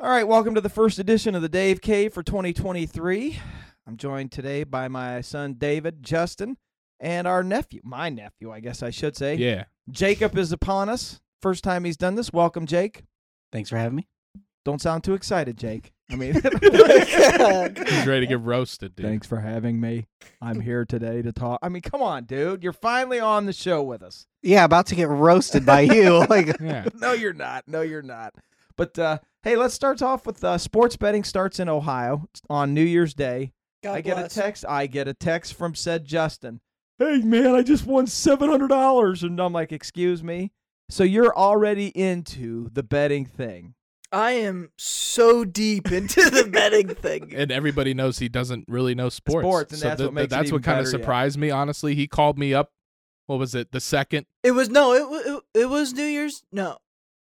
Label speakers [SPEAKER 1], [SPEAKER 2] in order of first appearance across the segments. [SPEAKER 1] All right, welcome to the first edition of the Dave Cave for 2023. I'm joined today by my son David, Justin, and our nephew, my nephew, I guess I should say.
[SPEAKER 2] Yeah.
[SPEAKER 1] Jacob is upon us. First time he's done this. Welcome, Jake.
[SPEAKER 3] Thanks for having me.
[SPEAKER 1] Don't sound too excited, Jake. I mean,
[SPEAKER 2] He's ready to get roasted, dude.
[SPEAKER 1] thanks for having me. I'm here today to talk. I mean, come on, dude. You're finally on the show with us.
[SPEAKER 3] Yeah, about to get roasted by you. Like,
[SPEAKER 2] Yeah.
[SPEAKER 1] no, you're not. No, you're not. But uh, hey, let's start off with uh, sports betting starts in Ohio on New Year's Day. I get a text. I get a text from said Justin. Hey man, I just won seven hundred dollars, and I'm like, excuse me. So you're already into the betting thing.
[SPEAKER 4] I am so deep into the betting thing.
[SPEAKER 2] And everybody knows he doesn't really know sports.
[SPEAKER 1] Sports, and that's what makes it
[SPEAKER 2] that's
[SPEAKER 1] even
[SPEAKER 2] what kind
[SPEAKER 1] better,
[SPEAKER 2] of
[SPEAKER 1] yeah.
[SPEAKER 2] surprised me. Honestly, he called me up. What was it? The second.
[SPEAKER 4] It was no, it wa- it, it was New Year's. No,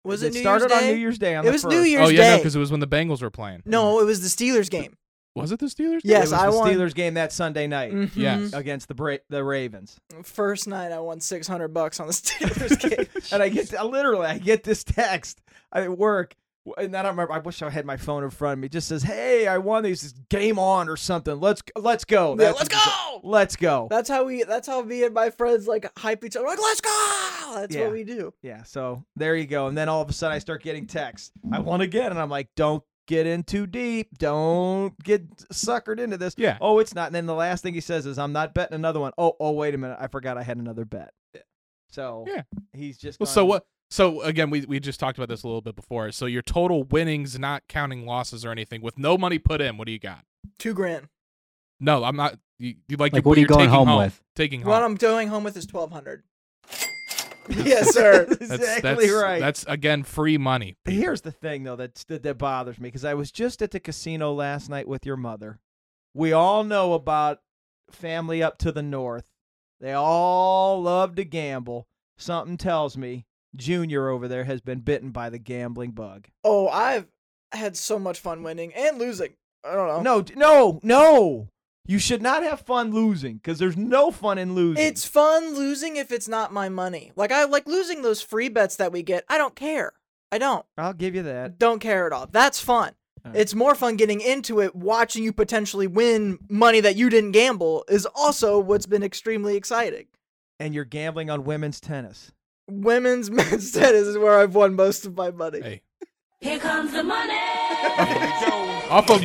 [SPEAKER 4] was it, New
[SPEAKER 1] started
[SPEAKER 4] Year's Day?
[SPEAKER 1] on New Year's Day? On
[SPEAKER 4] It
[SPEAKER 1] the
[SPEAKER 4] was New
[SPEAKER 1] first.
[SPEAKER 4] Year's
[SPEAKER 2] oh yeah, no,
[SPEAKER 4] Day.
[SPEAKER 2] because it was when the Bengals were playing.
[SPEAKER 4] No, it was the Steelers game.
[SPEAKER 2] Was it the Steelers?
[SPEAKER 1] It
[SPEAKER 4] Yes,
[SPEAKER 1] was
[SPEAKER 4] I
[SPEAKER 1] the
[SPEAKER 4] won. Mm.
[SPEAKER 1] Steelers game that Sunday night
[SPEAKER 2] Yes.
[SPEAKER 1] against the Bra- the Ravens.
[SPEAKER 4] Mhm. Mm-hmm. First night, I won six hundred bucks on the Steelers game.
[SPEAKER 1] and I get I literally I get this text at work, and I don't remember. I wish I had my phone in front of me. It just says, "Hey, I won these. It's Game on or something. Let's let's go.
[SPEAKER 4] Yeah,
[SPEAKER 1] That's-
[SPEAKER 4] let's go.
[SPEAKER 1] Let's go."
[SPEAKER 4] That's how we. That's how me and my friends like hype each other. Like, let's go. That's
[SPEAKER 1] Yeah.
[SPEAKER 4] what we do.
[SPEAKER 1] yeah. So there you go. And then all of a sudden, I start getting texts. I won again, and I'm like, "Don't get in too deep. Don't get suckered into this."
[SPEAKER 2] Yeah.
[SPEAKER 1] Oh, it's not. And then the last thing he says is, "I'm not betting another one." Oh, oh, wait a minute. I forgot I had another bet. So
[SPEAKER 2] Yeah.
[SPEAKER 1] he's just
[SPEAKER 2] Well, so
[SPEAKER 1] gone-
[SPEAKER 2] what? So again, we we just talked about this a little bit before. So your total winnings, not counting losses or anything, with no money put in, what do you got?
[SPEAKER 4] Two grand.
[SPEAKER 2] No, I'm not. You, you like,
[SPEAKER 3] Like, what are you
[SPEAKER 2] you're
[SPEAKER 3] going
[SPEAKER 2] taking
[SPEAKER 3] home with?
[SPEAKER 2] Taking home.
[SPEAKER 4] What I'm going home with is twelve hundred. yes, sir.
[SPEAKER 2] That's-
[SPEAKER 1] exactly
[SPEAKER 2] that's-
[SPEAKER 1] right.
[SPEAKER 2] That's again free money.
[SPEAKER 1] Here's the thing, though, that that, that bothers me because I was just at the casino last night with your mother. We all know about family up to the north. They all love to gamble. Something tells me Junior over there has been bitten by the gambling bug.
[SPEAKER 4] Oh, I've had so much fun winning and losing. I don't know.
[SPEAKER 1] No, d- no, no! You should not have fun losing because there's no fun in losing.
[SPEAKER 4] It's fun losing if it's not my money. Like I like losing those free bets that we get. I don't care. I don't.
[SPEAKER 1] I'll give you that.
[SPEAKER 4] Don't care at all. That's fun.
[SPEAKER 1] Alright.
[SPEAKER 4] It's more fun getting into it, watching you potentially win money that you didn't gamble is also what's been extremely exciting.
[SPEAKER 1] And you're gambling on women's tennis.
[SPEAKER 4] Women's men's tennis is where I've won most of my money.
[SPEAKER 2] Hey,
[SPEAKER 5] Here comes the money.
[SPEAKER 2] off of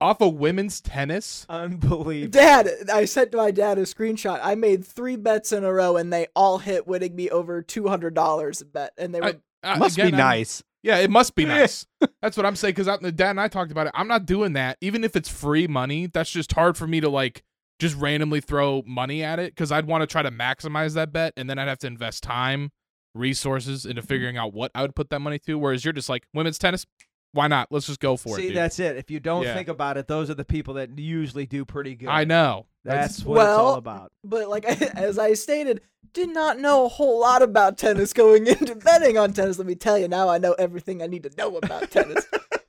[SPEAKER 2] off of women's tennis.
[SPEAKER 1] Unbelievable.
[SPEAKER 4] Dad, I sent my dad a screenshot. I made three bets in a row and they all hit, winning me over two hundred dollars a bet. And they were
[SPEAKER 2] I- Uh,
[SPEAKER 3] must
[SPEAKER 2] again,
[SPEAKER 3] be
[SPEAKER 2] I'm-
[SPEAKER 3] nice.
[SPEAKER 2] Yeah, it must be nice. that's what I'm saying because Dad and I talked about it. I'm not doing that, even if it's free money. That's just hard for me to like just randomly throw money at it because I'd want to try to maximize that bet, and then I'd have to invest time, resources into figuring out what I would put that money to. Whereas you're just like women's tennis. Why not? Let's just go for
[SPEAKER 1] See,
[SPEAKER 2] it. dude.
[SPEAKER 1] that's it. If you don't
[SPEAKER 2] Yeah.
[SPEAKER 1] think about it, those are the people that usually do pretty good.
[SPEAKER 2] I know.
[SPEAKER 1] That's what it's
[SPEAKER 4] Well-
[SPEAKER 1] all about.
[SPEAKER 4] but like as I stated, did not know a whole lot about tennis going into betting on tennis. Let me tell you, now I know everything I need to know about tennis.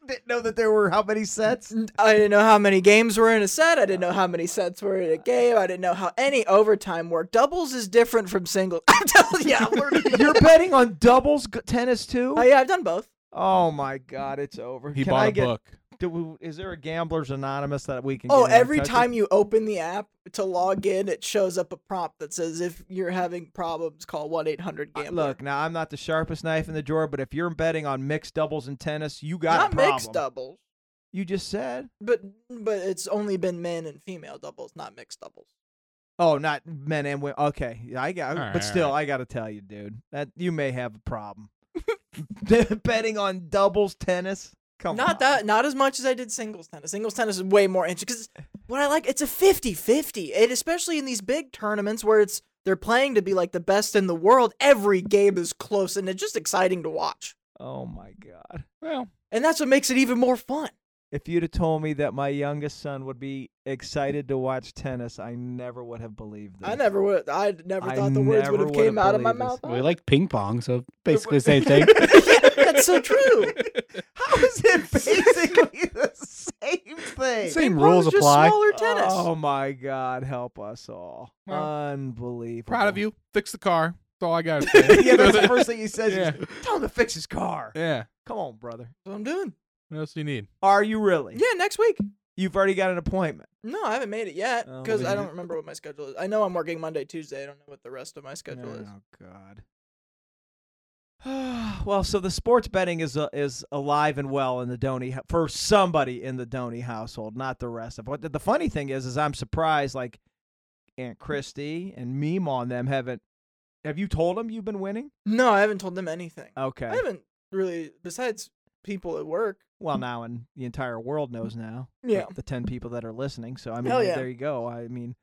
[SPEAKER 1] Didn't know that there were how many sets?
[SPEAKER 4] I didn't know how many games were in a set. I didn't know how many sets were in a game. I didn't know how any overtime worked. Doubles is different from singles. I'm telling you, I'm learning.
[SPEAKER 1] You're betting on doubles g- tennis too?
[SPEAKER 4] Oh, yeah, I've done both.
[SPEAKER 1] oh my god, it's over.
[SPEAKER 2] He
[SPEAKER 1] can
[SPEAKER 2] bought
[SPEAKER 1] I
[SPEAKER 2] a
[SPEAKER 1] get,
[SPEAKER 2] book.
[SPEAKER 1] Do we, is there a Gamblers Anonymous that we can?
[SPEAKER 4] Oh,
[SPEAKER 1] get in
[SPEAKER 4] every
[SPEAKER 1] touch
[SPEAKER 4] time
[SPEAKER 1] with?
[SPEAKER 4] you open the app to log in, it shows up a prompt that says, "If you're having problems, call one eight hundred
[SPEAKER 1] Uh,
[SPEAKER 4] gambler."
[SPEAKER 1] Look, now I'm not the sharpest knife in the drawer, but if you're betting on mixed doubles and tennis, you got
[SPEAKER 4] not
[SPEAKER 1] a problem.
[SPEAKER 4] mixed doubles,
[SPEAKER 1] You just said,
[SPEAKER 4] but but it's only been men and female doubles, not mixed doubles.
[SPEAKER 1] "Oh, not men and women." Okay, yeah, I got,
[SPEAKER 2] All right, all
[SPEAKER 1] but still,
[SPEAKER 2] right.
[SPEAKER 1] I got to tell you, dude, that you may have a problem betting on doubles tennis. Come
[SPEAKER 4] not
[SPEAKER 1] on.
[SPEAKER 4] that not as much as I did singles tennis. Singles tennis is way more interesting cuz what I like it's a 50-50. It especially in these big tournaments where it's they're playing to be like the best in the world. Every game is close and it's just exciting to watch.
[SPEAKER 1] Oh my god.
[SPEAKER 2] Well,
[SPEAKER 4] And that's what makes it even more fun.
[SPEAKER 1] If you'd have told me that my youngest son would be excited to watch tennis, I never would have believed this.
[SPEAKER 4] I never would I never
[SPEAKER 1] I
[SPEAKER 4] thought the words would
[SPEAKER 1] never
[SPEAKER 4] have
[SPEAKER 1] would've
[SPEAKER 4] came out of my
[SPEAKER 1] believed this.
[SPEAKER 4] mouth.
[SPEAKER 3] We like ping pong, so basically the same thing.
[SPEAKER 4] that's so true.
[SPEAKER 1] How is it basically the same thing?
[SPEAKER 3] Same
[SPEAKER 4] Ping pong
[SPEAKER 3] rules
[SPEAKER 4] is just
[SPEAKER 3] apply.
[SPEAKER 4] smaller tennis.
[SPEAKER 1] Oh my god, help us all.
[SPEAKER 2] Well,
[SPEAKER 1] Unbelievable.
[SPEAKER 2] proud of you. Fix the car. all I got. to
[SPEAKER 1] Uh-huh. yeah, that's the first thing he says.
[SPEAKER 2] Yeah.
[SPEAKER 1] Is, Tell him to fix his car.
[SPEAKER 2] yeah.
[SPEAKER 1] Come on, brother.
[SPEAKER 4] That's what I'm doing.
[SPEAKER 2] What else do you need?
[SPEAKER 1] Are you really?
[SPEAKER 4] Yeah, next week.
[SPEAKER 1] You've already got an appointment.
[SPEAKER 4] No, I haven't made it yet
[SPEAKER 1] Oh,
[SPEAKER 4] because I
[SPEAKER 1] man.
[SPEAKER 4] don't remember what my schedule is. I know I'm working Monday, Tuesday. I don't know what the rest of my schedule is.
[SPEAKER 1] Oh God. well, so the sports betting is uh, is alive and well in the Donny hou- for somebody in the Donny household, not the rest of. What the, the funny thing is, is I'm surprised. Like Aunt Christy and Mima on them haven't. Have you told them you've been winning?
[SPEAKER 4] No, I haven't told them anything.
[SPEAKER 1] Okay.
[SPEAKER 4] I haven't really, besides people at work.
[SPEAKER 1] Well, now and the entire world knows now.
[SPEAKER 4] Yeah.
[SPEAKER 1] the- the ten people that are listening. So I mean,
[SPEAKER 4] Hell yeah.
[SPEAKER 1] there you go. I mean,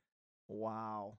[SPEAKER 1] wow.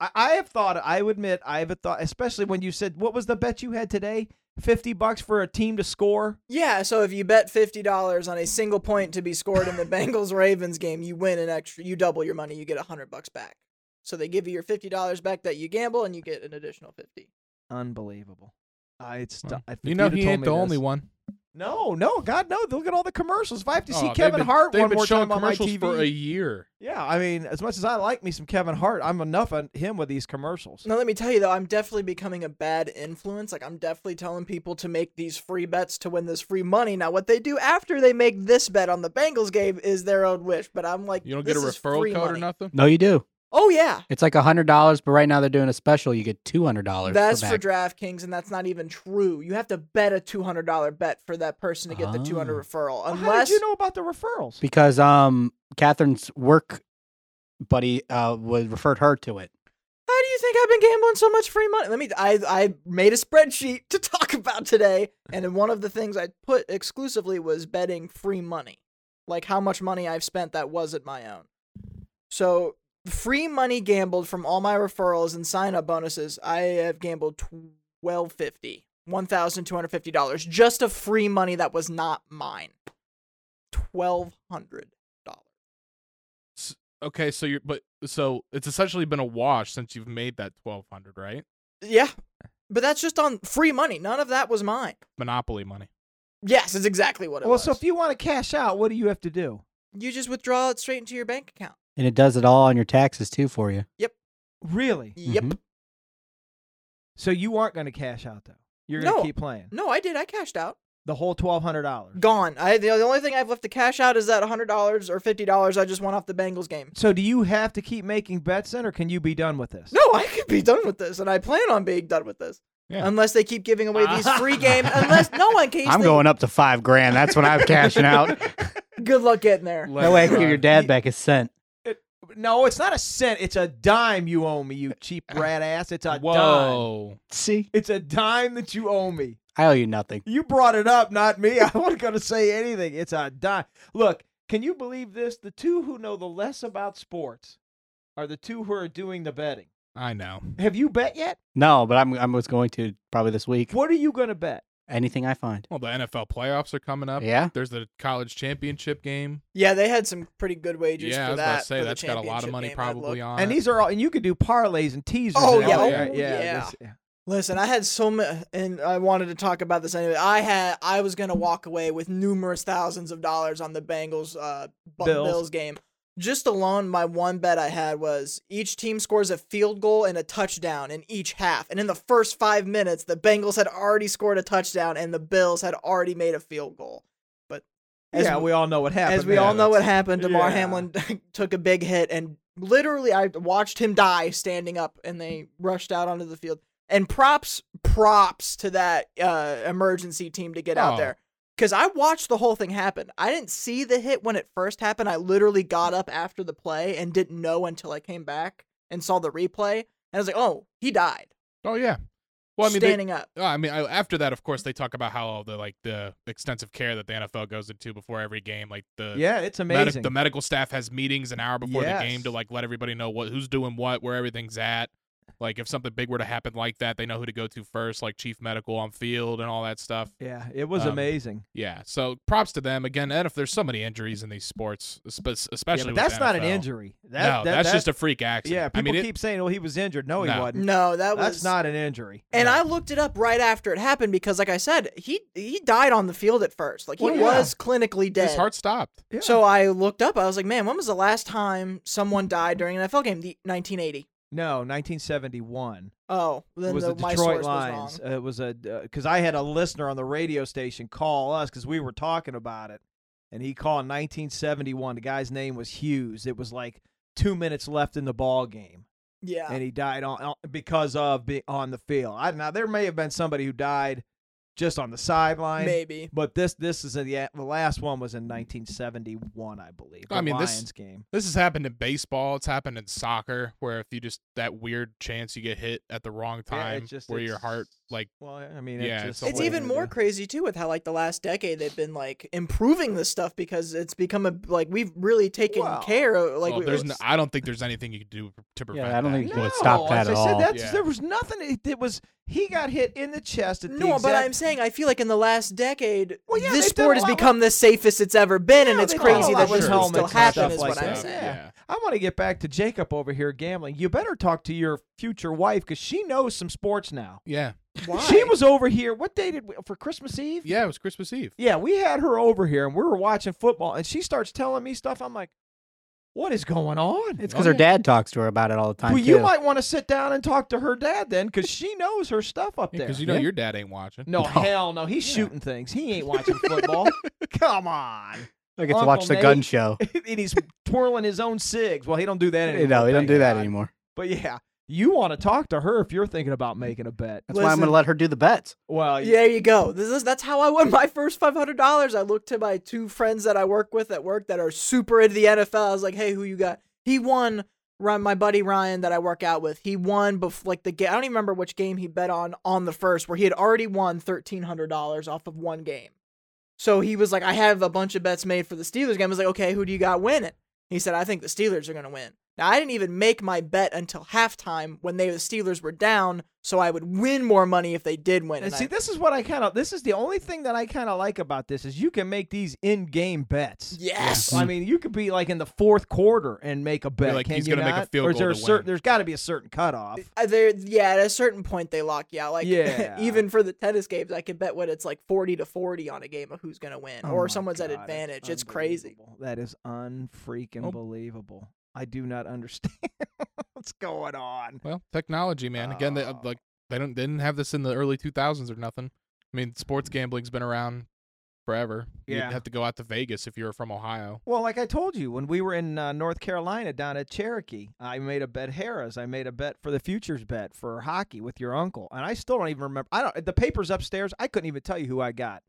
[SPEAKER 1] I, I have thought. I would admit, I have thought, especially when you said, "What was the bet you had today? Fifty bucks for a team to score."
[SPEAKER 4] Yeah, so if you bet fifty dollars on a single point to be scored in the Bengals Ravens game, you win an extra. You double your money. You get a hundred bucks back. So they give you your fifty dollars back that you gamble, and you get an additional fifty.
[SPEAKER 1] Unbelievable. I it's
[SPEAKER 2] Well,
[SPEAKER 1] I- if
[SPEAKER 2] You know
[SPEAKER 1] you'd have
[SPEAKER 2] he
[SPEAKER 1] told
[SPEAKER 2] ain't
[SPEAKER 1] me
[SPEAKER 2] the only
[SPEAKER 1] this-
[SPEAKER 2] one.
[SPEAKER 1] No, no, God, no! Look at all the commercials. If I have to
[SPEAKER 2] Oh,
[SPEAKER 1] see
[SPEAKER 2] they've
[SPEAKER 1] Kevin
[SPEAKER 2] been-
[SPEAKER 1] Hart
[SPEAKER 2] they've
[SPEAKER 1] one
[SPEAKER 2] been
[SPEAKER 1] more
[SPEAKER 2] showing
[SPEAKER 1] time on my
[SPEAKER 2] commercials
[SPEAKER 1] TV.
[SPEAKER 2] for a year.
[SPEAKER 1] yeah, I mean, as much as I like me some Kevin Hart, I'm enough on him with these commercials.
[SPEAKER 4] Now let me tell you though, I'm definitely becoming a bad influence. Like I'm definitely telling people to make these free bets to win this free money. Now what they do after they make this bet on the Bengals game is their own wish. But I'm like,
[SPEAKER 2] You don't get a
[SPEAKER 4] this is
[SPEAKER 2] referral
[SPEAKER 4] free
[SPEAKER 2] code or
[SPEAKER 4] money.
[SPEAKER 2] nothing.
[SPEAKER 3] No, you do.
[SPEAKER 4] Oh yeah,
[SPEAKER 3] It's like hundred dollars, but right now they're doing a special. You get two hundred dollars.
[SPEAKER 4] that's for
[SPEAKER 3] back.
[SPEAKER 4] DraftKings, and that's not even true. You have to bet a two hundred dollar bet for that person to get the two hundred
[SPEAKER 3] Oh.
[SPEAKER 4] referral,
[SPEAKER 1] Well,
[SPEAKER 4] unless
[SPEAKER 1] How did you know about the referrals?
[SPEAKER 3] because um Catherine's work buddy uh was referred her to it.
[SPEAKER 4] How do you think I've been gambling so much free money? Let me. I I made a spreadsheet to talk about today, and then one of the things I put exclusively was betting free money, like how much money I've spent that wasn't my own. So free money gambled from all my referrals and sign up bonuses. I have gambled twelve fifty. One thousand two hundred fifty dollars, just of free money that was not mine. Twelve hundred dollars.
[SPEAKER 2] Okay, so you're but so it's essentially been a wash since you've made that twelve hundred, right?
[SPEAKER 4] Yeah, but that's just on free money. None of that was mine.
[SPEAKER 2] Monopoly money.
[SPEAKER 4] Yes, it's exactly what it
[SPEAKER 1] well,
[SPEAKER 4] was.
[SPEAKER 1] so if you want to cash out, what do you have to do?
[SPEAKER 4] you just withdraw it straight into your bank account.
[SPEAKER 3] And it does it all on your taxes too for you.
[SPEAKER 1] Really?
[SPEAKER 4] Yep.
[SPEAKER 3] Mhm.
[SPEAKER 1] So you aren't going to cash out though. You're going to
[SPEAKER 4] No.
[SPEAKER 1] keep playing
[SPEAKER 4] No, I did. I cashed out.
[SPEAKER 1] the whole twelve hundred dollars.
[SPEAKER 4] Gone. I the, the only thing I've left to cash out is that hundred dollars or fifty dollars I just won off the Bengals game.
[SPEAKER 1] So do you have to keep making bets then, or can you be done with this?
[SPEAKER 4] No, I could be done with this, and I plan on being done with this.
[SPEAKER 2] Yeah.
[SPEAKER 4] Unless they keep giving away these free games. Unless no one can.
[SPEAKER 3] I'm going up to five grand. That's when I'm cashing out.
[SPEAKER 4] Good luck getting there.
[SPEAKER 2] Let
[SPEAKER 3] That way I
[SPEAKER 2] it
[SPEAKER 3] can give your
[SPEAKER 2] ride.
[SPEAKER 3] dad back his cent.
[SPEAKER 1] No, it's not a cent. It's a dime you owe me, you cheap rat ass. It's a dime.
[SPEAKER 2] Whoa.
[SPEAKER 3] See,
[SPEAKER 1] It's a dime that you owe me.
[SPEAKER 3] I owe you nothing.
[SPEAKER 1] You brought it up, not me. I wasn't going to say anything. It's a dime. Look, can you believe this? The two who know the less about sports are the two who are doing the betting.
[SPEAKER 2] I know.
[SPEAKER 1] Have you bet yet?
[SPEAKER 3] No, but I'm I was going to probably this week.
[SPEAKER 1] What are you going to bet?
[SPEAKER 3] Anything I find.
[SPEAKER 2] Well, the NFL playoffs are coming up.
[SPEAKER 3] Yeah.
[SPEAKER 2] There's the college championship game.
[SPEAKER 4] Yeah, they had some pretty good wages
[SPEAKER 2] yeah, I
[SPEAKER 4] for
[SPEAKER 2] was
[SPEAKER 4] that.
[SPEAKER 2] about to say
[SPEAKER 4] for the
[SPEAKER 2] that's got a lot
[SPEAKER 4] championship
[SPEAKER 2] of money
[SPEAKER 4] game, I'd
[SPEAKER 2] probably
[SPEAKER 4] look.
[SPEAKER 2] on.
[SPEAKER 1] And
[SPEAKER 2] it.
[SPEAKER 1] these are all, and you could do parlays and teasers.
[SPEAKER 4] Oh,
[SPEAKER 1] and
[SPEAKER 4] yeah.
[SPEAKER 1] everything, right?
[SPEAKER 4] Oh,
[SPEAKER 1] yeah.
[SPEAKER 4] yeah.
[SPEAKER 1] this-
[SPEAKER 4] Listen, I had so many, and I wanted to talk about this anyway. I had, I was gonna walk away with numerous thousands of dollars on the Bengals, uh, Bu-
[SPEAKER 1] Bills.
[SPEAKER 4] Bills. game. Just alone, my one bet I had was each team scores a field goal and a touchdown in each half, and in the first five minutes, the Bengals had already scored a touchdown and the Bills had already made a field goal. But as
[SPEAKER 1] yeah,
[SPEAKER 4] we,
[SPEAKER 1] we all know what happened.
[SPEAKER 4] as we
[SPEAKER 1] there.
[SPEAKER 4] all know what happened,
[SPEAKER 1] Yeah.
[SPEAKER 4] Damar Hamlin took a big hit, and literally, I watched him die standing up, and they rushed out onto the field. And props, props to that uh, emergency team to get
[SPEAKER 2] Oh.
[SPEAKER 4] out there. Because I watched the whole thing happen. I didn't see the hit when it first happened. I literally got up after the play and didn't know until I came back and saw the replay. And I was like, oh, he died
[SPEAKER 2] oh yeah. Well, I mean, they,
[SPEAKER 4] standing up.
[SPEAKER 2] Oh, I mean, I, after that, of course, they talk about how all the like the extensive care that the NFL goes into before every game, like the
[SPEAKER 1] Yeah, it's
[SPEAKER 2] medi-
[SPEAKER 1] amazing.
[SPEAKER 2] the medical staff has meetings an hour before
[SPEAKER 1] Yes.
[SPEAKER 2] the game to like let everybody know what who's doing what, where everything's at. Like if something big were to happen like that, they know who to go to first, like chief medical on field and all that stuff.
[SPEAKER 1] yeah, it was
[SPEAKER 2] um,
[SPEAKER 1] amazing.
[SPEAKER 2] Yeah, so props to them again. And if there's so many injuries in these sports, espe-
[SPEAKER 1] Yeah,
[SPEAKER 2] especially
[SPEAKER 1] but
[SPEAKER 2] with
[SPEAKER 1] that's
[SPEAKER 2] the
[SPEAKER 1] not an
[SPEAKER 2] NFL.
[SPEAKER 1] injury. That, that-
[SPEAKER 2] no, that's
[SPEAKER 1] that-
[SPEAKER 2] just a freak accident.
[SPEAKER 1] Yeah, people
[SPEAKER 2] I mean, it-
[SPEAKER 1] keep saying, "Well, he was injured." No, he
[SPEAKER 2] No.
[SPEAKER 1] wasn't.
[SPEAKER 4] No, that was
[SPEAKER 1] that's not an injury.
[SPEAKER 4] And
[SPEAKER 2] Yeah.
[SPEAKER 4] I looked it up right after it happened because, like I said, he he died on the field at first. Like he
[SPEAKER 1] Well, yeah.
[SPEAKER 4] was clinically dead.
[SPEAKER 2] his heart stopped.
[SPEAKER 1] Yeah.
[SPEAKER 4] So I looked up. I was like, man, when was the last time someone died during an NFL game? The 1980.
[SPEAKER 1] No, 1971.
[SPEAKER 4] Oh, then
[SPEAKER 1] it was
[SPEAKER 4] the,
[SPEAKER 1] the
[SPEAKER 4] my
[SPEAKER 1] Detroit
[SPEAKER 4] source
[SPEAKER 1] Lions.
[SPEAKER 4] was wrong.
[SPEAKER 1] Uh, It was a because I had a listener on the radio station call us because we were talking about it, and he called 1971. The guy's name was Hughes. It was like two minutes left in the ball game,
[SPEAKER 4] Yeah.
[SPEAKER 1] and he died on on- because of being on the field. I, now there may have been somebody who died just on the sideline.
[SPEAKER 4] Maybe.
[SPEAKER 1] But this this is in the the last one was in 1971, I believe.
[SPEAKER 2] I
[SPEAKER 1] the
[SPEAKER 2] mean, this-
[SPEAKER 1] Lions game.
[SPEAKER 2] This has happened in baseball. It's happened in soccer, where if you just that weird chance you get hit at the wrong
[SPEAKER 1] Yeah,
[SPEAKER 2] time,
[SPEAKER 1] it's just-
[SPEAKER 2] where your
[SPEAKER 1] it's-
[SPEAKER 2] heart like
[SPEAKER 1] Well, I mean,
[SPEAKER 2] Yeah,
[SPEAKER 1] it's,
[SPEAKER 2] it's a
[SPEAKER 1] just
[SPEAKER 4] It's
[SPEAKER 2] whole
[SPEAKER 4] even more crazy too with how like the last decade they've been like improving this stuff because it's become a like we've really taken
[SPEAKER 1] Well-
[SPEAKER 4] care of like
[SPEAKER 2] well,
[SPEAKER 4] we-
[SPEAKER 2] oh, there's no,
[SPEAKER 4] it's-
[SPEAKER 2] I don't think there's anything you can do to prevent.
[SPEAKER 3] I don't
[SPEAKER 2] that.
[SPEAKER 3] think you
[SPEAKER 1] No,
[SPEAKER 3] can stop that
[SPEAKER 1] as
[SPEAKER 3] at
[SPEAKER 1] I said,
[SPEAKER 3] all.
[SPEAKER 1] that's,
[SPEAKER 2] Yeah.
[SPEAKER 1] there was nothing. It, it was he got hit in the chest at the
[SPEAKER 4] no, but
[SPEAKER 1] exact-
[SPEAKER 4] I'm saying I feel like in the last decade,
[SPEAKER 1] Well, yeah,
[SPEAKER 4] this
[SPEAKER 1] they've done
[SPEAKER 4] sport
[SPEAKER 1] a
[SPEAKER 4] has
[SPEAKER 1] lot with-
[SPEAKER 4] become the safest it's ever been, and
[SPEAKER 1] Yeah,
[SPEAKER 4] it's
[SPEAKER 1] they've done a
[SPEAKER 2] Oh,
[SPEAKER 4] crazy
[SPEAKER 1] lot
[SPEAKER 4] that
[SPEAKER 1] with
[SPEAKER 4] this would
[SPEAKER 1] helmets
[SPEAKER 4] still
[SPEAKER 1] and
[SPEAKER 4] happen.
[SPEAKER 1] stuff
[SPEAKER 4] Is
[SPEAKER 1] like
[SPEAKER 4] what I'm
[SPEAKER 1] that.
[SPEAKER 4] saying.
[SPEAKER 1] Yeah. I want to get back to Jacob over here gambling. You better talk to your future wife because she knows some sports now.
[SPEAKER 2] yeah,
[SPEAKER 4] Why?
[SPEAKER 1] She was over here. What day did we for Christmas Eve?
[SPEAKER 2] yeah. It was Christmas Eve.
[SPEAKER 1] Yeah, we had her over here and we were watching football, and she starts telling me stuff. I'm like, "What is going on?"
[SPEAKER 3] It's
[SPEAKER 2] Oh,
[SPEAKER 3] because
[SPEAKER 2] yeah.
[SPEAKER 3] her dad talks to her about it all the time.
[SPEAKER 1] well,
[SPEAKER 3] too.
[SPEAKER 1] you might want to sit down and talk to her dad then, because she knows her stuff up there.
[SPEAKER 2] Because you know
[SPEAKER 3] Yeah.
[SPEAKER 2] your dad ain't watching.
[SPEAKER 1] No,
[SPEAKER 3] No.
[SPEAKER 1] hell no. He's shooting things. He ain't watching football. Come on.
[SPEAKER 3] I get to
[SPEAKER 1] Uncle
[SPEAKER 3] watch the gun
[SPEAKER 1] Nate.
[SPEAKER 3] show.
[SPEAKER 1] and he's twirling his own cigs. Well, he don't do that anymore.
[SPEAKER 3] You know, he don't
[SPEAKER 1] thank
[SPEAKER 3] do that
[SPEAKER 1] God.
[SPEAKER 3] anymore.
[SPEAKER 1] But yeah, you want to talk to her if you're thinking about making a bet.
[SPEAKER 3] That's why I'm going
[SPEAKER 4] Listen.
[SPEAKER 3] to let her do the bets.
[SPEAKER 1] Well,
[SPEAKER 4] Yeah, there you go. This is that's how I won my first five hundred dollars. I looked to my two friends that I work with at work that are super into the NFL. I was like, "Hey, who you got?" He won. Ryan, my buddy Ryan that I work out with, he won bef- like the game. I don't even remember which game he bet on on the first, where he had already won thirteen hundred dollars off of one game. So he was like, "I have a bunch of bets made for the Steelers game." I was like, "Okay, who do you got winning?" He said, "I think the Steelers are going to win." Now I didn't even make my bet until halftime when they the Steelers were down, so I would win more money if they did win.
[SPEAKER 1] And
[SPEAKER 4] I-
[SPEAKER 1] see, this is what I kind of. This is the only thing that I kind of like about this is you can make these in-game bets.
[SPEAKER 4] Yes.
[SPEAKER 1] I mean, you could be like in the fourth quarter and make a bet.
[SPEAKER 2] like,
[SPEAKER 1] can
[SPEAKER 2] he's
[SPEAKER 1] you
[SPEAKER 2] gonna make a
[SPEAKER 1] not?
[SPEAKER 2] field
[SPEAKER 1] or is
[SPEAKER 2] goal
[SPEAKER 1] there
[SPEAKER 2] to
[SPEAKER 1] a certain?
[SPEAKER 2] win.
[SPEAKER 1] There's got to be a certain cutoff.
[SPEAKER 4] Uh, There, yeah. At a certain point, they lock you out. Like,
[SPEAKER 1] Yeah.
[SPEAKER 4] even for the tennis games, I can bet what it's like forty to forty on a game of who's gonna win,
[SPEAKER 1] Oh my
[SPEAKER 4] or someone's at
[SPEAKER 1] God,
[SPEAKER 4] advantage. It's, crazy.
[SPEAKER 1] unbelievable. That is unfreaking
[SPEAKER 2] Oh.
[SPEAKER 1] believable. I do not understand what's going on.
[SPEAKER 2] Well, technology, man. Again, they, uh,
[SPEAKER 1] Oh.
[SPEAKER 2] like they don't they didn't have this in the early 2000s or nothing. I mean, sports gambling's been around forever.
[SPEAKER 1] Yeah.
[SPEAKER 2] You'd have to go out to Vegas if you were from Ohio.
[SPEAKER 1] Well, like I told you, when we were in uh, North Carolina down at Cherokee, I made a bet Harris. I made a bet for the futures bet for hockey with your uncle, and I still don't even remember. I don't. The papers upstairs. I couldn't even tell you who I got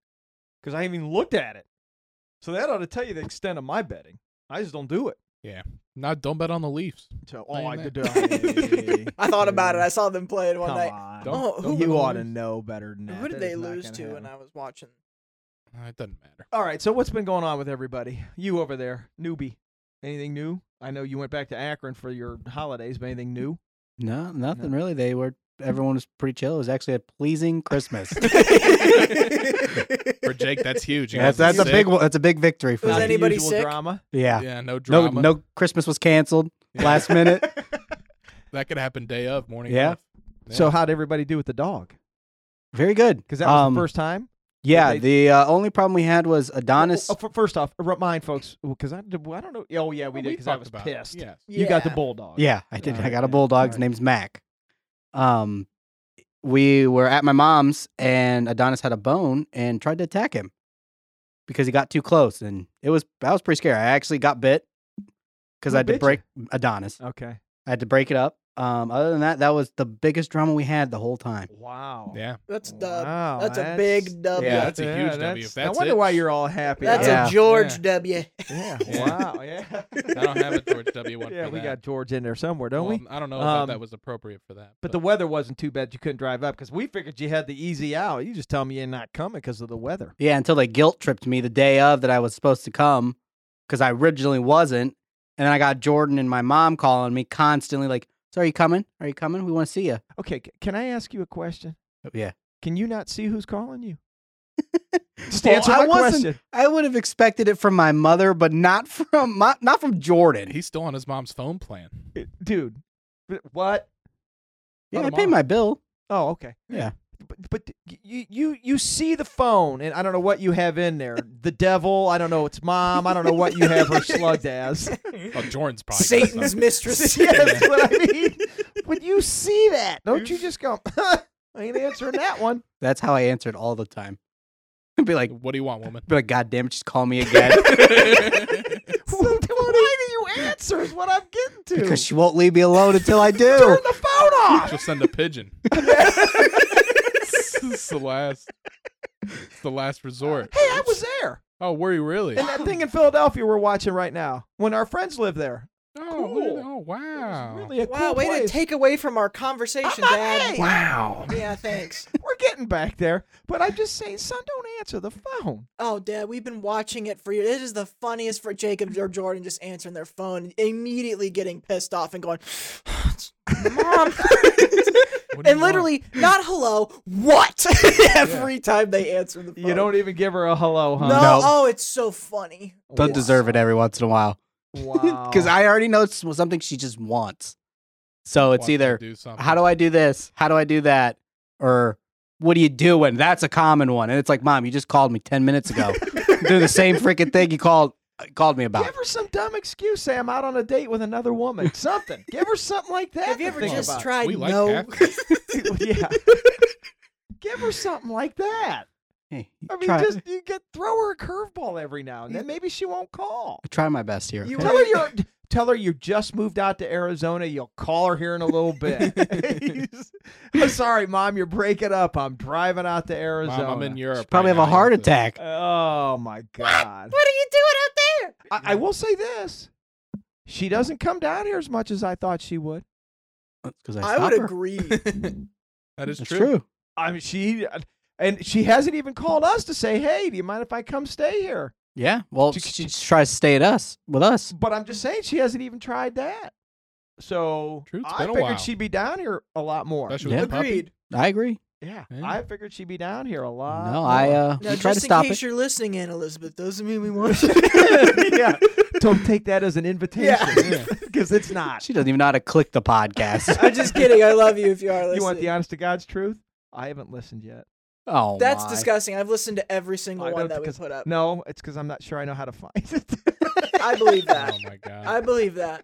[SPEAKER 1] because I haven't even looked at it. So that ought to tell you the extent of my betting. I just don't do it.
[SPEAKER 2] Not don't bet on the Leafs.
[SPEAKER 1] So
[SPEAKER 2] Tell
[SPEAKER 1] oh,
[SPEAKER 2] you
[SPEAKER 1] I could do. Hey,
[SPEAKER 2] that.
[SPEAKER 4] I thought about it. I
[SPEAKER 1] dude,
[SPEAKER 4] saw them playing one
[SPEAKER 1] come
[SPEAKER 4] night.
[SPEAKER 1] on.
[SPEAKER 2] Don't-
[SPEAKER 4] oh, who,
[SPEAKER 2] bet
[SPEAKER 1] you
[SPEAKER 2] on
[SPEAKER 1] ought
[SPEAKER 2] the
[SPEAKER 1] to
[SPEAKER 2] Leafs.
[SPEAKER 1] know better than that.
[SPEAKER 4] who did
[SPEAKER 1] That
[SPEAKER 4] they
[SPEAKER 1] is not
[SPEAKER 4] lose
[SPEAKER 1] gonna
[SPEAKER 4] to?
[SPEAKER 1] happen.
[SPEAKER 4] And I was watching.
[SPEAKER 2] Uh, It doesn't matter.
[SPEAKER 1] All right. So what's been going on with everybody? You over there, newbie. Anything new? I know you went back to Akron for your holidays, but anything new?
[SPEAKER 3] No, nothing really. They were, everyone was pretty chill. It was actually a pleasing Christmas.
[SPEAKER 2] For Jake, that's huge. You
[SPEAKER 3] that's
[SPEAKER 2] guys
[SPEAKER 3] that's
[SPEAKER 2] are
[SPEAKER 3] a big
[SPEAKER 2] sick.
[SPEAKER 3] one. That's a big victory for
[SPEAKER 4] Was
[SPEAKER 1] Not
[SPEAKER 3] me.
[SPEAKER 1] the
[SPEAKER 4] anybody
[SPEAKER 1] usual
[SPEAKER 4] sick?
[SPEAKER 1] Drama.
[SPEAKER 3] Yeah.
[SPEAKER 2] Yeah, no
[SPEAKER 3] No,
[SPEAKER 2] drama.
[SPEAKER 3] no Christmas was canceled last minute.
[SPEAKER 2] That could happen day of morning.
[SPEAKER 3] Yeah.
[SPEAKER 2] of. Yeah.
[SPEAKER 1] So how'd everybody do with the dog?
[SPEAKER 3] Very good.
[SPEAKER 1] Because that was
[SPEAKER 3] Um,
[SPEAKER 1] the first time.
[SPEAKER 3] Yeah,
[SPEAKER 1] they-
[SPEAKER 3] the uh, only problem we had was Adonis.
[SPEAKER 1] Oh, oh, f- first off, remind folks because I, did- I don't know. Oh yeah, we
[SPEAKER 2] Well,
[SPEAKER 1] did because I
[SPEAKER 2] talked
[SPEAKER 1] was
[SPEAKER 2] about it.
[SPEAKER 1] pissed.
[SPEAKER 2] Yes.
[SPEAKER 1] You got the
[SPEAKER 4] Yeah.
[SPEAKER 1] bulldog.
[SPEAKER 3] yeah, I did. I
[SPEAKER 1] Alright,
[SPEAKER 3] got
[SPEAKER 1] yeah,
[SPEAKER 3] a bulldog. His
[SPEAKER 1] alright.
[SPEAKER 3] name's Mac. Um, we were at my mom's, and Adonis had a bone and tried to attack him because he got too close, and it was I was pretty scared. I actually got bit because
[SPEAKER 1] Who
[SPEAKER 3] I had to
[SPEAKER 1] bit Oh.
[SPEAKER 3] break Adonis.
[SPEAKER 1] Okay.
[SPEAKER 3] I had to break it up. Um, other than that, that was the biggest drama we had the whole time.
[SPEAKER 1] Wow.
[SPEAKER 2] Yeah.
[SPEAKER 4] That's dub.
[SPEAKER 1] Wow,
[SPEAKER 4] That's a big W.
[SPEAKER 2] Yeah, that's a huge W. If
[SPEAKER 1] I
[SPEAKER 2] that's
[SPEAKER 1] wonder
[SPEAKER 2] it-
[SPEAKER 1] why you're all happy.
[SPEAKER 4] That's
[SPEAKER 1] about
[SPEAKER 3] Yeah.
[SPEAKER 4] a
[SPEAKER 1] it.
[SPEAKER 4] George
[SPEAKER 2] Yeah.
[SPEAKER 4] W.
[SPEAKER 1] Yeah.
[SPEAKER 2] Yeah.
[SPEAKER 1] Wow. Yeah.
[SPEAKER 2] I don't have a George W. One.
[SPEAKER 1] Yeah,
[SPEAKER 2] for
[SPEAKER 1] we
[SPEAKER 2] that.
[SPEAKER 1] got George in there somewhere, don't
[SPEAKER 2] Well,
[SPEAKER 1] we?
[SPEAKER 2] I don't know if
[SPEAKER 1] Um,
[SPEAKER 2] that was appropriate for that.
[SPEAKER 1] But the weather wasn't too bad. You couldn't drive up because we figured you had the easy out. You just tell me you're not coming because of the weather.
[SPEAKER 3] Yeah, until they guilt tripped me the day of that I was supposed to come because I originally wasn't. And then I got Jordan and my mom calling me constantly, like, So are you coming? Are you coming? We want to see you.
[SPEAKER 1] Okay. c- Can I ask you a question?
[SPEAKER 3] Yeah.
[SPEAKER 1] Can you not see who's calling you? Just
[SPEAKER 3] Well,
[SPEAKER 1] answer
[SPEAKER 3] I
[SPEAKER 1] my
[SPEAKER 3] wasn't-
[SPEAKER 1] question.
[SPEAKER 3] I would have expected it from my mother, but not from my, not from Jordan.
[SPEAKER 2] he's still on his mom's phone plan.
[SPEAKER 1] Uh, Dude, wh- what?
[SPEAKER 3] Yeah,
[SPEAKER 2] Not
[SPEAKER 3] I
[SPEAKER 2] a
[SPEAKER 3] paid
[SPEAKER 2] mom.
[SPEAKER 3] my bill.
[SPEAKER 1] Oh, okay.
[SPEAKER 3] Yeah.
[SPEAKER 1] but, but you you you see the phone, and I don't know what you have in there. The devil. I don't know. It's mom. I don't know what you have her slugged as.
[SPEAKER 2] Well, Oh, Jordan's probably got
[SPEAKER 4] Satan's
[SPEAKER 2] some.
[SPEAKER 4] mistress.
[SPEAKER 1] yeah, that's what I mean. When you see that, don't you just go? I ain't answering that one.
[SPEAKER 3] That's how I answered all the time. I'd be like,
[SPEAKER 2] What do you want, woman?
[SPEAKER 3] be like, God damn it, just call me again.
[SPEAKER 1] Why do you answer? Is what I'm getting to.
[SPEAKER 3] because she won't leave me alone until I
[SPEAKER 1] Turn
[SPEAKER 3] do.
[SPEAKER 1] the phone off.
[SPEAKER 2] She'll send a pigeon. it's the last. It's the last resort.
[SPEAKER 1] Hey, I was there.
[SPEAKER 2] Oh, were you really?
[SPEAKER 1] And that thing in Philadelphia we're watching right now, when our friends live there.
[SPEAKER 2] Oh, look at
[SPEAKER 1] cool.
[SPEAKER 2] that. oh wow.
[SPEAKER 1] Really a
[SPEAKER 4] Wow,
[SPEAKER 1] cool
[SPEAKER 4] way to
[SPEAKER 1] place.
[SPEAKER 4] take away from our conversation, Dad.
[SPEAKER 1] Hey, wow.
[SPEAKER 4] Yeah, thanks.
[SPEAKER 1] We're getting back there. But I'm just saying, son, don't answer the phone.
[SPEAKER 4] Oh, Dad, we've been watching it for you. It is the funniest for Jacob or Jordan just answering their phone, immediately getting pissed off and going, "Mom,"
[SPEAKER 2] What do you
[SPEAKER 4] and
[SPEAKER 2] want?
[SPEAKER 4] literally not hello, what? Every time they answer the phone.
[SPEAKER 1] You don't even give her a hello,
[SPEAKER 4] No.
[SPEAKER 1] huh?
[SPEAKER 3] No.
[SPEAKER 4] Oh, it's so funny.
[SPEAKER 3] Don't deserve it every once in a while.
[SPEAKER 1] Wow.
[SPEAKER 3] Because I already know it's something she just wants. So it's
[SPEAKER 2] Want to
[SPEAKER 3] either
[SPEAKER 2] do something.
[SPEAKER 3] how do I do this? How do I do that? Or what are you doing? That's a common one. And it's like, Mom, you just called me ten minutes ago. do the same freaking thing you called uh, called me about.
[SPEAKER 1] Give her some dumb excuse. Say I'm out on a date with another woman. Something. give her something like that.
[SPEAKER 4] Have
[SPEAKER 1] to
[SPEAKER 4] you ever
[SPEAKER 1] think
[SPEAKER 4] just
[SPEAKER 1] about.
[SPEAKER 4] tried
[SPEAKER 2] we like
[SPEAKER 4] no?
[SPEAKER 2] Catholics.
[SPEAKER 1] yeah. give her something like that.
[SPEAKER 3] Hey,
[SPEAKER 1] I mean,
[SPEAKER 3] try,
[SPEAKER 1] just you get throw her a curveball every now and then. Maybe she won't call.
[SPEAKER 3] I try my best here.
[SPEAKER 4] You
[SPEAKER 3] okay?
[SPEAKER 1] Tell her you tell her you just moved out to Arizona. You'll call her here in a little bit. I'm sorry, mom. You're breaking up. I'm driving out to
[SPEAKER 2] Mom,
[SPEAKER 1] Arizona.
[SPEAKER 2] I'm in Europe.
[SPEAKER 3] She'd probably
[SPEAKER 2] right
[SPEAKER 3] have a
[SPEAKER 2] now.
[SPEAKER 3] heart attack.
[SPEAKER 1] Oh my god.
[SPEAKER 4] What are you doing out there?
[SPEAKER 1] I, I will say this: she doesn't come down here as much as I thought she would.
[SPEAKER 3] Because
[SPEAKER 4] I would agree.
[SPEAKER 2] That is
[SPEAKER 3] It's
[SPEAKER 2] true.
[SPEAKER 3] true.
[SPEAKER 1] I mean, she and she hasn't even called us to say, "Hey, do you mind if I come stay here?"
[SPEAKER 3] Yeah. Well,
[SPEAKER 1] She-
[SPEAKER 3] she, just tries to stay at us with us.
[SPEAKER 1] But I'm just saying she hasn't even tried that. So
[SPEAKER 2] True, it's
[SPEAKER 1] I
[SPEAKER 2] been a
[SPEAKER 1] figured
[SPEAKER 2] while.
[SPEAKER 1] she'd be down here a lot more.
[SPEAKER 2] Especially
[SPEAKER 3] Yeah.
[SPEAKER 2] with the puppy.
[SPEAKER 4] Agreed.
[SPEAKER 3] I agree.
[SPEAKER 1] Yeah,
[SPEAKER 2] Yeah.
[SPEAKER 1] I figured she'd be down here a lot.
[SPEAKER 3] no, I
[SPEAKER 1] more.
[SPEAKER 3] uh,
[SPEAKER 4] Now,
[SPEAKER 3] we try to
[SPEAKER 4] just
[SPEAKER 3] stop
[SPEAKER 4] in case
[SPEAKER 3] it.
[SPEAKER 4] you're listening, Aunt Elizabeth, doesn't mean we want you.
[SPEAKER 1] yeah. Don't take that as an invitation
[SPEAKER 2] Yeah.
[SPEAKER 1] because it's not.
[SPEAKER 3] She doesn't even know how to click the podcast.
[SPEAKER 4] I'm just kidding. I love you if you are listening.
[SPEAKER 1] You want the honest to God's truth? I haven't listened yet.
[SPEAKER 3] oh,
[SPEAKER 4] That's
[SPEAKER 3] my.
[SPEAKER 4] disgusting. I've listened to every single
[SPEAKER 1] I
[SPEAKER 4] one
[SPEAKER 1] don't
[SPEAKER 4] that we
[SPEAKER 1] because-
[SPEAKER 4] put up.
[SPEAKER 1] No, it's because I'm not sure I know how to find it.
[SPEAKER 4] I believe that.
[SPEAKER 2] Oh my god.
[SPEAKER 4] I believe that.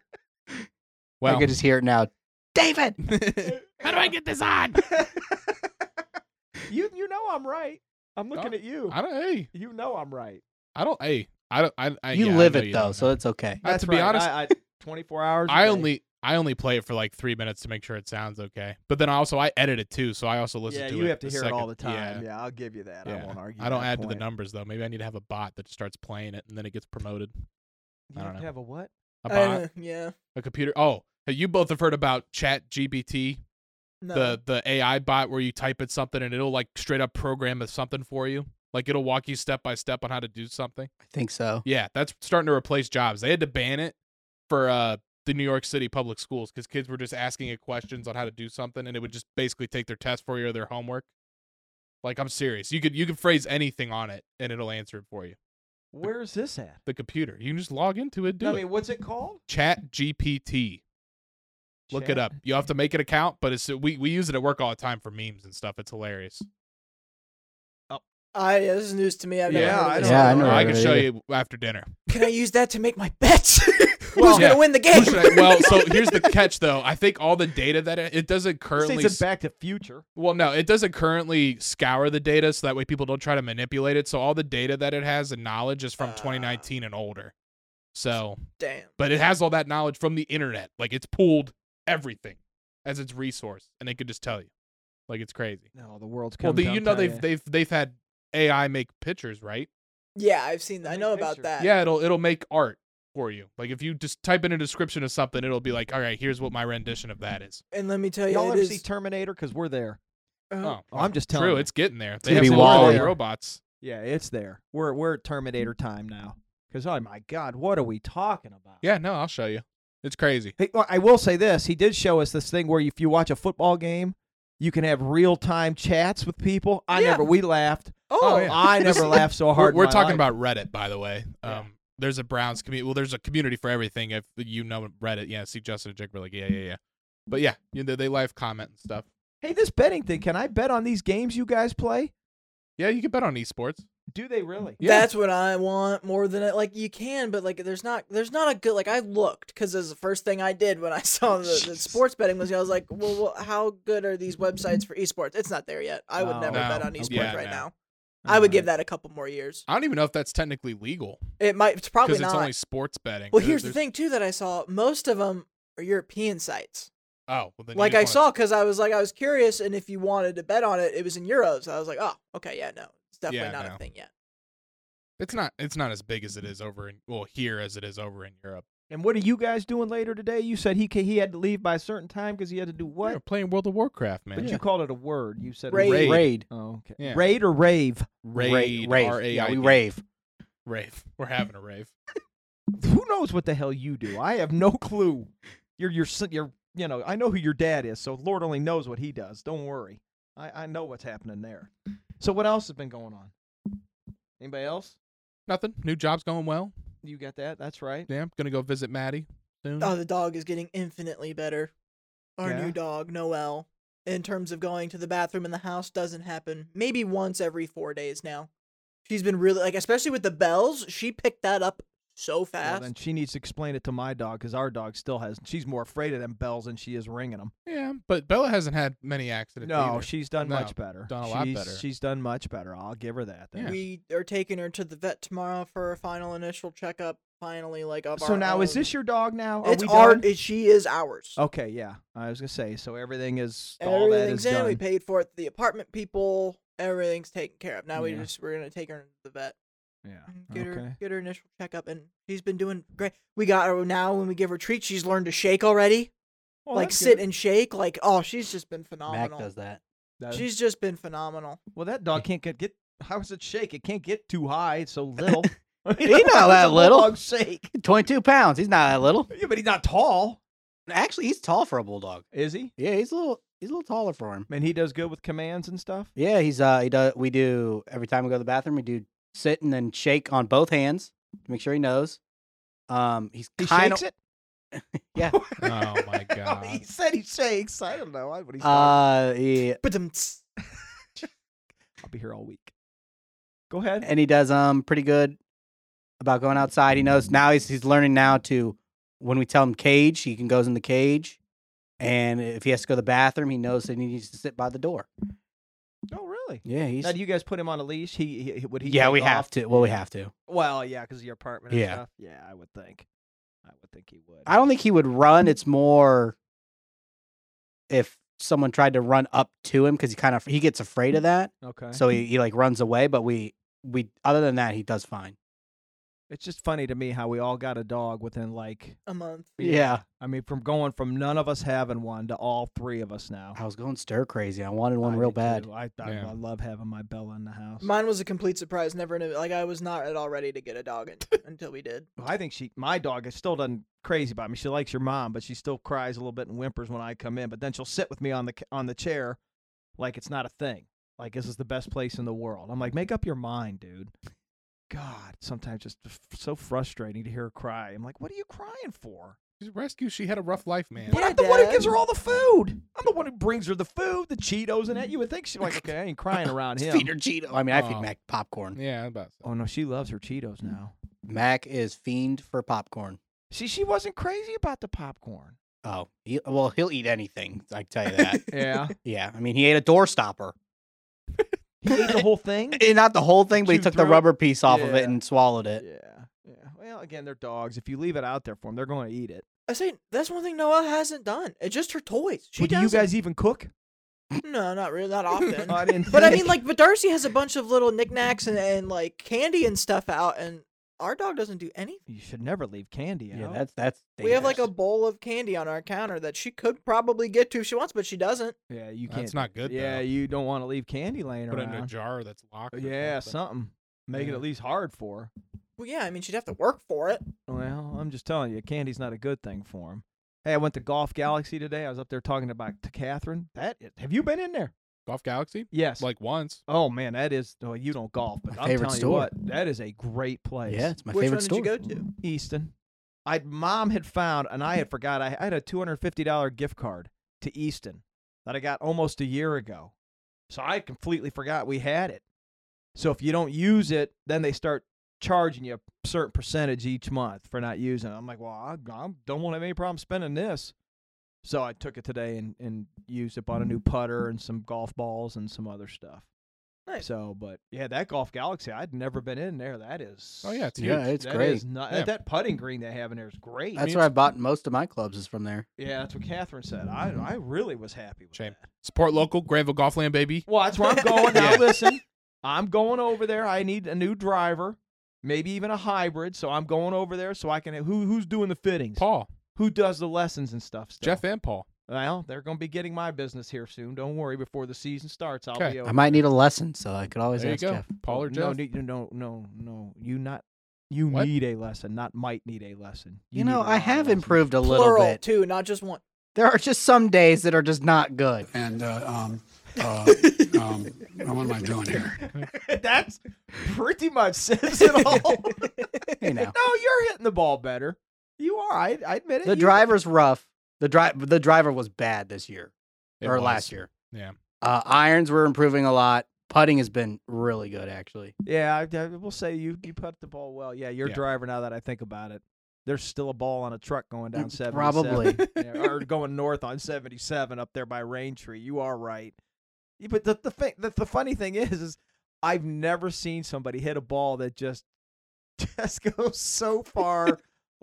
[SPEAKER 2] well,
[SPEAKER 3] I could just hear it now. David.
[SPEAKER 2] how do I get this on?
[SPEAKER 1] you you know I'm right. I'm looking at you.
[SPEAKER 2] Oh, I don't. Hey,
[SPEAKER 1] You know I'm right.
[SPEAKER 2] I don't. Hey, I don't. I. I
[SPEAKER 3] you
[SPEAKER 2] yeah, I
[SPEAKER 3] live
[SPEAKER 2] know
[SPEAKER 3] it
[SPEAKER 2] you
[SPEAKER 3] though,
[SPEAKER 2] don't
[SPEAKER 3] so
[SPEAKER 2] know.
[SPEAKER 3] it's okay.
[SPEAKER 2] Uh,
[SPEAKER 1] That's
[SPEAKER 2] to be
[SPEAKER 1] right.
[SPEAKER 2] honest,
[SPEAKER 1] I, I, 24 hours. a
[SPEAKER 2] I
[SPEAKER 1] day.
[SPEAKER 2] only I only play it for like three minutes to make sure it sounds okay. But then also I edit it too, so I also listen
[SPEAKER 1] yeah,
[SPEAKER 2] to it.
[SPEAKER 1] you have to
[SPEAKER 2] a
[SPEAKER 1] hear it
[SPEAKER 2] second-
[SPEAKER 1] all the time. Yeah. I'll give you that. I
[SPEAKER 2] yeah.
[SPEAKER 1] won't argue.
[SPEAKER 2] I don't
[SPEAKER 1] that
[SPEAKER 2] add to
[SPEAKER 1] point.
[SPEAKER 2] the numbers though. Maybe I need to have a bot that starts playing it and then it gets promoted.
[SPEAKER 1] You
[SPEAKER 2] I
[SPEAKER 1] have
[SPEAKER 2] don't
[SPEAKER 1] to
[SPEAKER 2] know.
[SPEAKER 1] have a what?
[SPEAKER 2] A
[SPEAKER 4] I
[SPEAKER 2] bot,
[SPEAKER 4] don't know. yeah.
[SPEAKER 2] a computer. Oh, hey, you both have heard about Chat GPT,
[SPEAKER 4] No.
[SPEAKER 2] the the AI bot where you type in something and it'll like straight up program something for you. Like it'll walk you step by step on how to do something.
[SPEAKER 3] I think so.
[SPEAKER 2] Yeah, that's starting to replace jobs. They had to ban it for uh, the New York City public schools because kids were just asking it questions on how to do something, and it would just basically take their test for you or their homework. Like I'm serious, you could you could phrase anything on it, and it'll answer it for you.
[SPEAKER 1] Where is this at?
[SPEAKER 2] The computer, you can just log into it, do
[SPEAKER 1] I
[SPEAKER 2] it.
[SPEAKER 1] mean, what's it called?
[SPEAKER 2] Chat GPT. Look
[SPEAKER 1] Chat?
[SPEAKER 2] it up. You have to make an account, but it's we we use it at work all the time for memes and stuff. It's hilarious.
[SPEAKER 4] I, yeah, this is news to me. I've never
[SPEAKER 1] Yeah,
[SPEAKER 4] heard of
[SPEAKER 1] I
[SPEAKER 4] this.
[SPEAKER 1] don't Yeah, I know.
[SPEAKER 2] I,
[SPEAKER 1] never
[SPEAKER 2] can
[SPEAKER 3] heard of
[SPEAKER 2] show
[SPEAKER 3] it
[SPEAKER 2] you after dinner.
[SPEAKER 4] Can I use that to make my bets?
[SPEAKER 2] Yeah.
[SPEAKER 4] Who's going to win the
[SPEAKER 2] Who
[SPEAKER 4] game?
[SPEAKER 2] should I- well, so here's the catch though. I think all the data that it, it doesn't currently
[SPEAKER 1] It's Back to Future.
[SPEAKER 2] Well, no, it doesn't currently scour the data, so that way people don't try to manipulate it. So all the data that it has and knowledge is from
[SPEAKER 4] Ah.
[SPEAKER 2] 2019 and older. So,
[SPEAKER 4] Damn.
[SPEAKER 2] but it has all that knowledge from the internet. Like it's pulled everything as its resource, and it could just tell you. Like it's crazy.
[SPEAKER 1] No, the world's
[SPEAKER 2] Well,
[SPEAKER 1] coming.
[SPEAKER 2] the, you know they've
[SPEAKER 1] they
[SPEAKER 2] they've they've had AI make pictures, right?
[SPEAKER 4] Yeah, I've seen that. I
[SPEAKER 1] Big
[SPEAKER 4] know about
[SPEAKER 1] picture.
[SPEAKER 4] that.
[SPEAKER 2] Yeah, it'll it'll make art for you. Like if you just type in a description of something, it'll be like, all right, here's what my rendition of that is.
[SPEAKER 4] And let me tell you,
[SPEAKER 1] Y'all
[SPEAKER 4] it
[SPEAKER 1] ever see
[SPEAKER 4] is.
[SPEAKER 1] Terminator? Because we're there.
[SPEAKER 2] Oh,
[SPEAKER 1] I'm just telling
[SPEAKER 2] true.
[SPEAKER 1] you.
[SPEAKER 2] It's getting there. They
[SPEAKER 3] gonna
[SPEAKER 2] have
[SPEAKER 3] be
[SPEAKER 2] some
[SPEAKER 3] wild.
[SPEAKER 2] wild robots.
[SPEAKER 1] Yeah, it's there. We're we're at Terminator time now. Because oh my God, what are we talking about?
[SPEAKER 2] Yeah, no, I'll show you. It's crazy.
[SPEAKER 1] Hey, well, I will say this: he did show us this thing where if you watch a football game, you can have real time chats with people. I
[SPEAKER 4] Yeah.
[SPEAKER 1] never we laughed.
[SPEAKER 4] Oh,
[SPEAKER 2] Oh, yeah.
[SPEAKER 1] I
[SPEAKER 2] This-
[SPEAKER 1] never laughed so hard. in
[SPEAKER 2] We're, we're
[SPEAKER 1] my
[SPEAKER 2] talking
[SPEAKER 1] life.
[SPEAKER 2] about Reddit, by the way. Um,
[SPEAKER 1] Yeah.
[SPEAKER 2] there's a Browns community. Well, there's a community for everything. If you know Reddit, yeah. See Justin and Jake were like, yeah, yeah, yeah. But yeah, you know, they live comment and stuff.
[SPEAKER 1] Hey, this betting thing, can I bet on these games you guys play?
[SPEAKER 2] Yeah, you can bet on esports.
[SPEAKER 1] Do they really?
[SPEAKER 2] Yeah.
[SPEAKER 4] That's what I want more than it. Like you can, but like there's not there's not a good like I looked because was the first thing I did when I saw the, the
[SPEAKER 2] Jeez.
[SPEAKER 4] sports betting was I was like, well, well, how good are these websites for esports? It's not there yet. I would
[SPEAKER 1] Oh.
[SPEAKER 4] never
[SPEAKER 2] No.
[SPEAKER 4] bet on esports
[SPEAKER 2] Yeah,
[SPEAKER 4] right
[SPEAKER 2] no.
[SPEAKER 4] now. I would give that a couple more years.
[SPEAKER 2] I don't even know if that's technically legal
[SPEAKER 4] It might it's probably
[SPEAKER 2] because it's
[SPEAKER 4] not.
[SPEAKER 2] only sports betting.
[SPEAKER 4] well,
[SPEAKER 2] There-
[SPEAKER 4] here's the
[SPEAKER 2] there's-
[SPEAKER 4] thing too that I saw most of them are European sites.
[SPEAKER 2] Oh, well, then you
[SPEAKER 4] Like I
[SPEAKER 2] just wanna-
[SPEAKER 4] saw because I was like I was curious, and if you wanted to bet on it, it was in euros. I was like, oh, okay, yeah, no, it's definitely
[SPEAKER 2] Yeah,
[SPEAKER 4] not
[SPEAKER 2] no.
[SPEAKER 4] a thing yet.
[SPEAKER 2] It's not. It's not as big as it is over in well here as it is over in Europe.
[SPEAKER 1] And what are you guys doing later today? You said he ca- he had to leave by a certain time because he had to do what?
[SPEAKER 2] You're playing World of Warcraft, man.
[SPEAKER 1] But you called it a word. You said
[SPEAKER 4] Raid.
[SPEAKER 2] Raid.
[SPEAKER 3] Raid.
[SPEAKER 1] Oh, okay.
[SPEAKER 2] Yeah.
[SPEAKER 1] Raid or rave?
[SPEAKER 2] raid.
[SPEAKER 3] Rave.
[SPEAKER 2] R A
[SPEAKER 3] Yeah,
[SPEAKER 2] I
[SPEAKER 3] we
[SPEAKER 2] D.
[SPEAKER 3] rave.
[SPEAKER 2] Rave. We're having a rave.
[SPEAKER 1] Who knows what the hell you do? I have no clue. You're your son- you're you know I know who your dad is, so Lord only knows what he does. Don't worry, I I know what's happening there. So what else has been going on? Anybody else?
[SPEAKER 2] Nothing. New job's going well.
[SPEAKER 1] You got that? That's right.
[SPEAKER 2] Yeah, I'm gonna go visit Maddie soon.
[SPEAKER 4] Oh, the dog is getting infinitely better. Our
[SPEAKER 1] Mm-hmm. Yeah?
[SPEAKER 4] new dog, Noel, in terms of going to the bathroom in the house, doesn't happen maybe once every four days now. She's been really like, especially with the bells. She picked that up so
[SPEAKER 1] Well,
[SPEAKER 4] fast.
[SPEAKER 1] then she needs to explain it to my dog because our dog still has. She's more afraid of them bells than she is ringing them.
[SPEAKER 2] Yeah, but Bella hasn't had many accidents.
[SPEAKER 1] No,
[SPEAKER 2] either.
[SPEAKER 1] she's done
[SPEAKER 2] No,
[SPEAKER 1] much better.
[SPEAKER 2] done a lot
[SPEAKER 1] she's,
[SPEAKER 2] better.
[SPEAKER 1] She's done much better. I'll give her that. then.
[SPEAKER 2] yeah.
[SPEAKER 4] We are taking her to the vet tomorrow for a final initial checkup. Finally, like of
[SPEAKER 1] So
[SPEAKER 4] our
[SPEAKER 1] now, is
[SPEAKER 4] own.
[SPEAKER 1] this your dog now? Are
[SPEAKER 4] It's
[SPEAKER 1] we
[SPEAKER 4] our.
[SPEAKER 1] done?
[SPEAKER 4] it- she is ours.
[SPEAKER 1] Okay, yeah. I was gonna say. So everything is all that is
[SPEAKER 4] Everything's in. We
[SPEAKER 1] done.
[SPEAKER 4] paid for it. to The apartment people. Everything's taken care of. Now we
[SPEAKER 1] Yeah.
[SPEAKER 4] just we're gonna take her to the vet.
[SPEAKER 1] yeah.
[SPEAKER 4] Get
[SPEAKER 1] okay.
[SPEAKER 4] her get her initial checkup, and she's been doing great. We got her now. When we give her treats, she's learned to shake already.
[SPEAKER 1] Well,
[SPEAKER 4] like
[SPEAKER 1] Oh, that's
[SPEAKER 4] sit
[SPEAKER 1] good.
[SPEAKER 4] and shake. Like oh, she's just been
[SPEAKER 3] Mac
[SPEAKER 4] phenomenal.
[SPEAKER 3] does that.
[SPEAKER 1] That-
[SPEAKER 4] She's just been phenomenal.
[SPEAKER 1] well, that dog can't get get. How does it shake? It can't get too high. It's so little. I mean,
[SPEAKER 3] He's not
[SPEAKER 1] how does
[SPEAKER 3] that
[SPEAKER 1] a
[SPEAKER 3] little.
[SPEAKER 1] Bulldog shake.
[SPEAKER 3] 22 pounds. He's not that little.
[SPEAKER 1] Yeah, but he's not tall,
[SPEAKER 3] Actually, he's tall for a bulldog.
[SPEAKER 1] is he?
[SPEAKER 3] Yeah, he's a little. He's a little taller for him.
[SPEAKER 1] And he does good with commands and stuff.
[SPEAKER 3] Yeah, he's uh. He does. We do every time we go to the bathroom. We do sit and then shake on both hands to make sure he knows. Um, he's
[SPEAKER 1] He
[SPEAKER 3] kind
[SPEAKER 1] shakes
[SPEAKER 3] of
[SPEAKER 1] it.
[SPEAKER 3] Yeah.
[SPEAKER 2] Oh, my God.
[SPEAKER 1] he said he shakes. I don't know what he's.
[SPEAKER 3] uh, he,
[SPEAKER 4] But tsk
[SPEAKER 1] I'll be here all week. Go ahead.
[SPEAKER 3] and he does um pretty good about going outside. He knows now. He's he's learning now to when we tell him cage, he can goes in the cage, and if he has to go to the bathroom, he knows that he needs to sit by the door.
[SPEAKER 1] oh, really?
[SPEAKER 3] Yeah, he's.
[SPEAKER 1] Now, do you guys put him on a leash? He, he- he would he?
[SPEAKER 3] yeah,
[SPEAKER 1] take
[SPEAKER 3] we
[SPEAKER 1] off?
[SPEAKER 3] have to. Well, we have to.
[SPEAKER 1] Well, yeah, because your apartment. And
[SPEAKER 3] Yeah.
[SPEAKER 1] Stuff. Yeah, I would think. I would think he would.
[SPEAKER 3] I don't think he would run. It's more if someone tried to run up to him because he kind of he gets afraid
[SPEAKER 4] Mm,
[SPEAKER 3] of that,
[SPEAKER 1] Okay.
[SPEAKER 3] so he, he like runs away. But we we other than that, he does fine.
[SPEAKER 1] It's just funny to me how we all got a dog within like
[SPEAKER 4] a month.
[SPEAKER 3] Yeah.
[SPEAKER 1] I mean, from going from none of us having one to all three of us
[SPEAKER 4] Oh.
[SPEAKER 1] now.
[SPEAKER 3] I was going stir crazy. I wanted one
[SPEAKER 1] I
[SPEAKER 3] real
[SPEAKER 1] do
[SPEAKER 3] bad.
[SPEAKER 1] too. I, I,
[SPEAKER 2] Yeah.
[SPEAKER 1] I love having my Bella in the house.
[SPEAKER 4] Mine was a complete surprise. Never knew. Like I was not at all ready to get a dog in, until we did.
[SPEAKER 1] I think she, my dog, is still done crazy about me. She likes your mom, but she still cries a little bit and whimpers when I come in. But then she'll sit with me on the c- on the chair, like it's not a thing. Like this is the best place in the world. I'm like, make up your mind, dude. God, sometimes just f- so frustrating to hear her cry. I'm like, what are you crying for?
[SPEAKER 2] She's rescued. She had a rough life, man.
[SPEAKER 1] But
[SPEAKER 4] Yeah,
[SPEAKER 1] I'm the one who
[SPEAKER 4] Dad.
[SPEAKER 1] gives her all the food. I'm the one who brings her the food, the Cheetos, and that. You would think she's like, okay, I ain't crying around him.
[SPEAKER 3] Feed her Cheeto. I mean, I feed
[SPEAKER 2] Oh.
[SPEAKER 3] Mac popcorn.
[SPEAKER 2] Yeah, about
[SPEAKER 1] Oh no, she loves her Cheetos now.
[SPEAKER 3] Mac is fiend for popcorn.
[SPEAKER 1] See, she wasn't crazy about the popcorn.
[SPEAKER 3] Oh, he, well, he'll eat anything. I can tell you that.
[SPEAKER 1] Yeah,
[SPEAKER 3] yeah, I mean, he ate a door stopper.
[SPEAKER 1] he ate the whole thing.
[SPEAKER 3] Eh, Not the whole thing, but he
[SPEAKER 1] Chew
[SPEAKER 3] took the
[SPEAKER 1] through it?
[SPEAKER 3] rubber piece off of
[SPEAKER 1] Yeah.
[SPEAKER 3] it and swallowed
[SPEAKER 1] Yeah,
[SPEAKER 3] it.
[SPEAKER 1] yeah. Well, again, they're dogs. If you leave it out there for them, they're going to eat it.
[SPEAKER 4] I say that's one thing Noelle hasn't done. It's just her toys. She
[SPEAKER 1] Well, do you
[SPEAKER 4] doesn't-
[SPEAKER 1] guys even cook?
[SPEAKER 4] No, not really. Not often.
[SPEAKER 1] I didn't.
[SPEAKER 4] But I mean,
[SPEAKER 1] think.
[SPEAKER 4] like, but Darcy has a bunch of little knickknacks and, and like candy and stuff out, and our dog doesn't do anything.
[SPEAKER 1] you should never leave candy out.
[SPEAKER 3] Yeah, that's that's.
[SPEAKER 4] We have like a
[SPEAKER 3] dangerous.
[SPEAKER 4] bowl of candy on our counter that she could probably get to if she wants, but she doesn't.
[SPEAKER 1] yeah, you can't.
[SPEAKER 2] That's not good.
[SPEAKER 1] yeah,
[SPEAKER 2] though.
[SPEAKER 1] you don't want to leave candy laying
[SPEAKER 2] put it in a
[SPEAKER 1] around.
[SPEAKER 2] jar that's locked. or
[SPEAKER 1] yeah,
[SPEAKER 2] something.
[SPEAKER 1] something. Make it
[SPEAKER 2] Yeah.
[SPEAKER 1] at least hard for. her.
[SPEAKER 4] Well, yeah, I mean, she'd have to work for it.
[SPEAKER 1] Well, I'm just telling you, candy's not a good thing for him. Hey, I went to Golf Galaxy today. I was up there talking about to Catherine. That is, have you been in there?
[SPEAKER 2] Golf Galaxy.
[SPEAKER 1] Yes.
[SPEAKER 2] Like once.
[SPEAKER 1] oh man, that is. Oh, you don't golf, but
[SPEAKER 3] My
[SPEAKER 1] I'm
[SPEAKER 3] favorite
[SPEAKER 1] telling you
[SPEAKER 3] store.
[SPEAKER 1] what, that is a great place.
[SPEAKER 3] Yeah, it's my
[SPEAKER 4] Which
[SPEAKER 3] favorite
[SPEAKER 4] one
[SPEAKER 3] store.
[SPEAKER 4] did you go to?
[SPEAKER 1] Easton. I mom had found, and I had forgot. I, I had a two hundred fifty dollar gift card to Easton. that I got almost a year ago. So I completely forgot we had it. So if you don't use it, then they start charging you a certain percentage each month for not using it. I'm like, well, I, I don't want to have any problem spending this. So I took it today and, and used it, bought a new putter and some golf balls and some other stuff.
[SPEAKER 4] Nice.
[SPEAKER 1] So, but yeah, that Golf Galaxy, I'd never been in there. That is.
[SPEAKER 2] Oh, yeah, it's
[SPEAKER 3] Yeah,
[SPEAKER 2] huge.
[SPEAKER 3] it's
[SPEAKER 1] that
[SPEAKER 3] great.
[SPEAKER 1] is not,
[SPEAKER 2] Yeah.
[SPEAKER 1] That putting green they have in there is great.
[SPEAKER 3] That's
[SPEAKER 2] mean,
[SPEAKER 3] where
[SPEAKER 2] it's-
[SPEAKER 3] I bought most of my clubs is from there.
[SPEAKER 1] yeah, that's what Catherine said. I I really was happy with
[SPEAKER 2] Shame.
[SPEAKER 1] that.
[SPEAKER 2] Support local, Granville Golfland, baby.
[SPEAKER 1] Well, that's where I'm going now.
[SPEAKER 2] Yeah.
[SPEAKER 1] Listen, I'm going over there. I need a new driver, maybe even a hybrid. So I'm going over there so I can. Who who's doing the fittings?
[SPEAKER 2] Paul,
[SPEAKER 1] Who does the lessons and stuff? Still?
[SPEAKER 2] Jeff, and Paul.
[SPEAKER 1] Well, they're going to be getting my business here soon. Don't worry. Before the season starts, I'll
[SPEAKER 2] Oh, Okay.
[SPEAKER 1] be. Over
[SPEAKER 3] I might need a lesson, so I could always
[SPEAKER 2] There you
[SPEAKER 3] ask
[SPEAKER 2] go.
[SPEAKER 3] Jeff.
[SPEAKER 2] Paul or
[SPEAKER 1] no,
[SPEAKER 2] Jeff.
[SPEAKER 1] no, no, no, no. You not. You
[SPEAKER 2] What?
[SPEAKER 1] need a lesson, not might need a lesson.
[SPEAKER 3] You,
[SPEAKER 1] need
[SPEAKER 3] know,
[SPEAKER 1] a
[SPEAKER 3] I
[SPEAKER 1] lot of
[SPEAKER 3] have
[SPEAKER 1] lessons.
[SPEAKER 3] improved a little
[SPEAKER 4] Plural
[SPEAKER 3] bit.
[SPEAKER 4] too, not just one.
[SPEAKER 3] There are just some days that are just not good.
[SPEAKER 6] And uh, um, uh, um, what am I doing here?
[SPEAKER 1] That's pretty much says it all.
[SPEAKER 3] You know.
[SPEAKER 1] No, you're hitting the ball better. You are. I, I admit it.
[SPEAKER 3] The
[SPEAKER 1] You-
[SPEAKER 3] driver's rough. The drive the driver was bad this year
[SPEAKER 2] It
[SPEAKER 3] or
[SPEAKER 2] was.
[SPEAKER 3] last year.
[SPEAKER 2] Yeah.
[SPEAKER 3] Uh, irons were improving a lot. Putting has been really good actually.
[SPEAKER 1] Yeah, I, I will say you you put the ball well. Yeah, your
[SPEAKER 2] Yeah.
[SPEAKER 1] driver. Now that I think about it, there's still a ball on a truck going down seventy.
[SPEAKER 3] Probably.
[SPEAKER 1] or going north on seventy seven up there by Rain Tree. You are right. Yeah, But the the thing the, the funny thing is is I've never seen somebody hit a ball that just just goes so far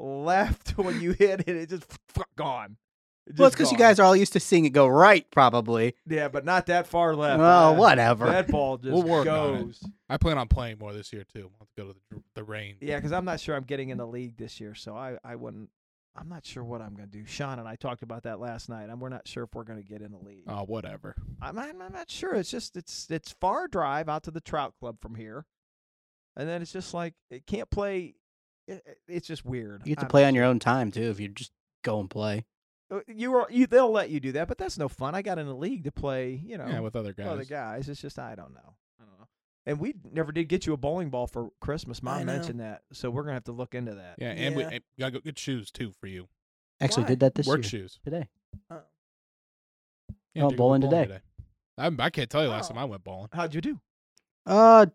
[SPEAKER 1] left when you hit it. It just fuck gone.
[SPEAKER 3] well, it's because you guys are all used to seeing it go right, probably.
[SPEAKER 1] yeah, but not that far left.
[SPEAKER 3] Oh,
[SPEAKER 1] Uh,
[SPEAKER 3] whatever.
[SPEAKER 1] That ball just
[SPEAKER 2] We'll work on it.
[SPEAKER 1] goes.
[SPEAKER 2] I plan on playing more this year too. I'll have to go to the, the rain.
[SPEAKER 1] Yeah, because I'm not sure I'm getting in the league this year, so I, I wouldn't. I'm not sure what I'm going to do. Sean and I talked about that last night, and we're not sure if we're going to get in the league.
[SPEAKER 2] Oh, whatever.
[SPEAKER 1] I'm, I'm, I'm not sure. It's just it's it's far drive out to the Trout Club from here, and then it's just like it can't play. It, it- it's just weird.
[SPEAKER 3] You have to
[SPEAKER 1] I'm-
[SPEAKER 3] play on your own time too if you just go and play.
[SPEAKER 1] uh, You are you. They'll let you do that, but that's no fun. I got in the league to play. You know,
[SPEAKER 2] Yeah, with other guys.
[SPEAKER 4] Oh,
[SPEAKER 1] other guys. It's just I don't know. I don't know. And we never did get you a bowling ball for Christmas.
[SPEAKER 4] I
[SPEAKER 1] Mom
[SPEAKER 4] know.
[SPEAKER 1] mentioned that, so we're gonna have to look into that.
[SPEAKER 2] Yeah, and we
[SPEAKER 4] Yeah.
[SPEAKER 2] and you gotta go get shoes too for you.
[SPEAKER 3] Actually,
[SPEAKER 4] Why?
[SPEAKER 3] did that this
[SPEAKER 2] Work
[SPEAKER 3] year
[SPEAKER 2] shoes.
[SPEAKER 3] today.
[SPEAKER 2] Yeah,
[SPEAKER 3] Oh,
[SPEAKER 2] dude, we're
[SPEAKER 3] bowling today.
[SPEAKER 2] I, I can't tell you last
[SPEAKER 4] Oh.
[SPEAKER 2] time I went bowling.
[SPEAKER 1] How'd you do?
[SPEAKER 3] Uh,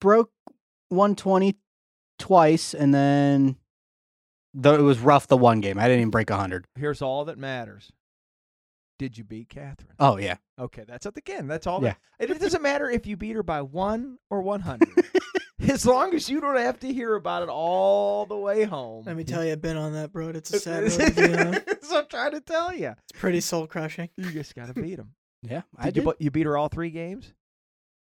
[SPEAKER 3] broke 120 twice, and then though it was rough the one game. I didn't even break 100.
[SPEAKER 1] Here's all that matters. Did you beat Catherine?
[SPEAKER 3] Oh yeah,
[SPEAKER 1] Okay, that's at the again. That's all. That, it, it doesn't matter if you beat her by one or one hundred, as long as you don't have to hear about it all the way home.
[SPEAKER 4] Let me tell you, I've been on that road. It's a sad road to be on.
[SPEAKER 1] That's what I'm trying to tell you.
[SPEAKER 4] It's pretty soul crushing.
[SPEAKER 1] You just gotta beat them.
[SPEAKER 3] yeah.
[SPEAKER 1] Did
[SPEAKER 3] I
[SPEAKER 1] you
[SPEAKER 3] did.
[SPEAKER 1] bu- you beat her all three games?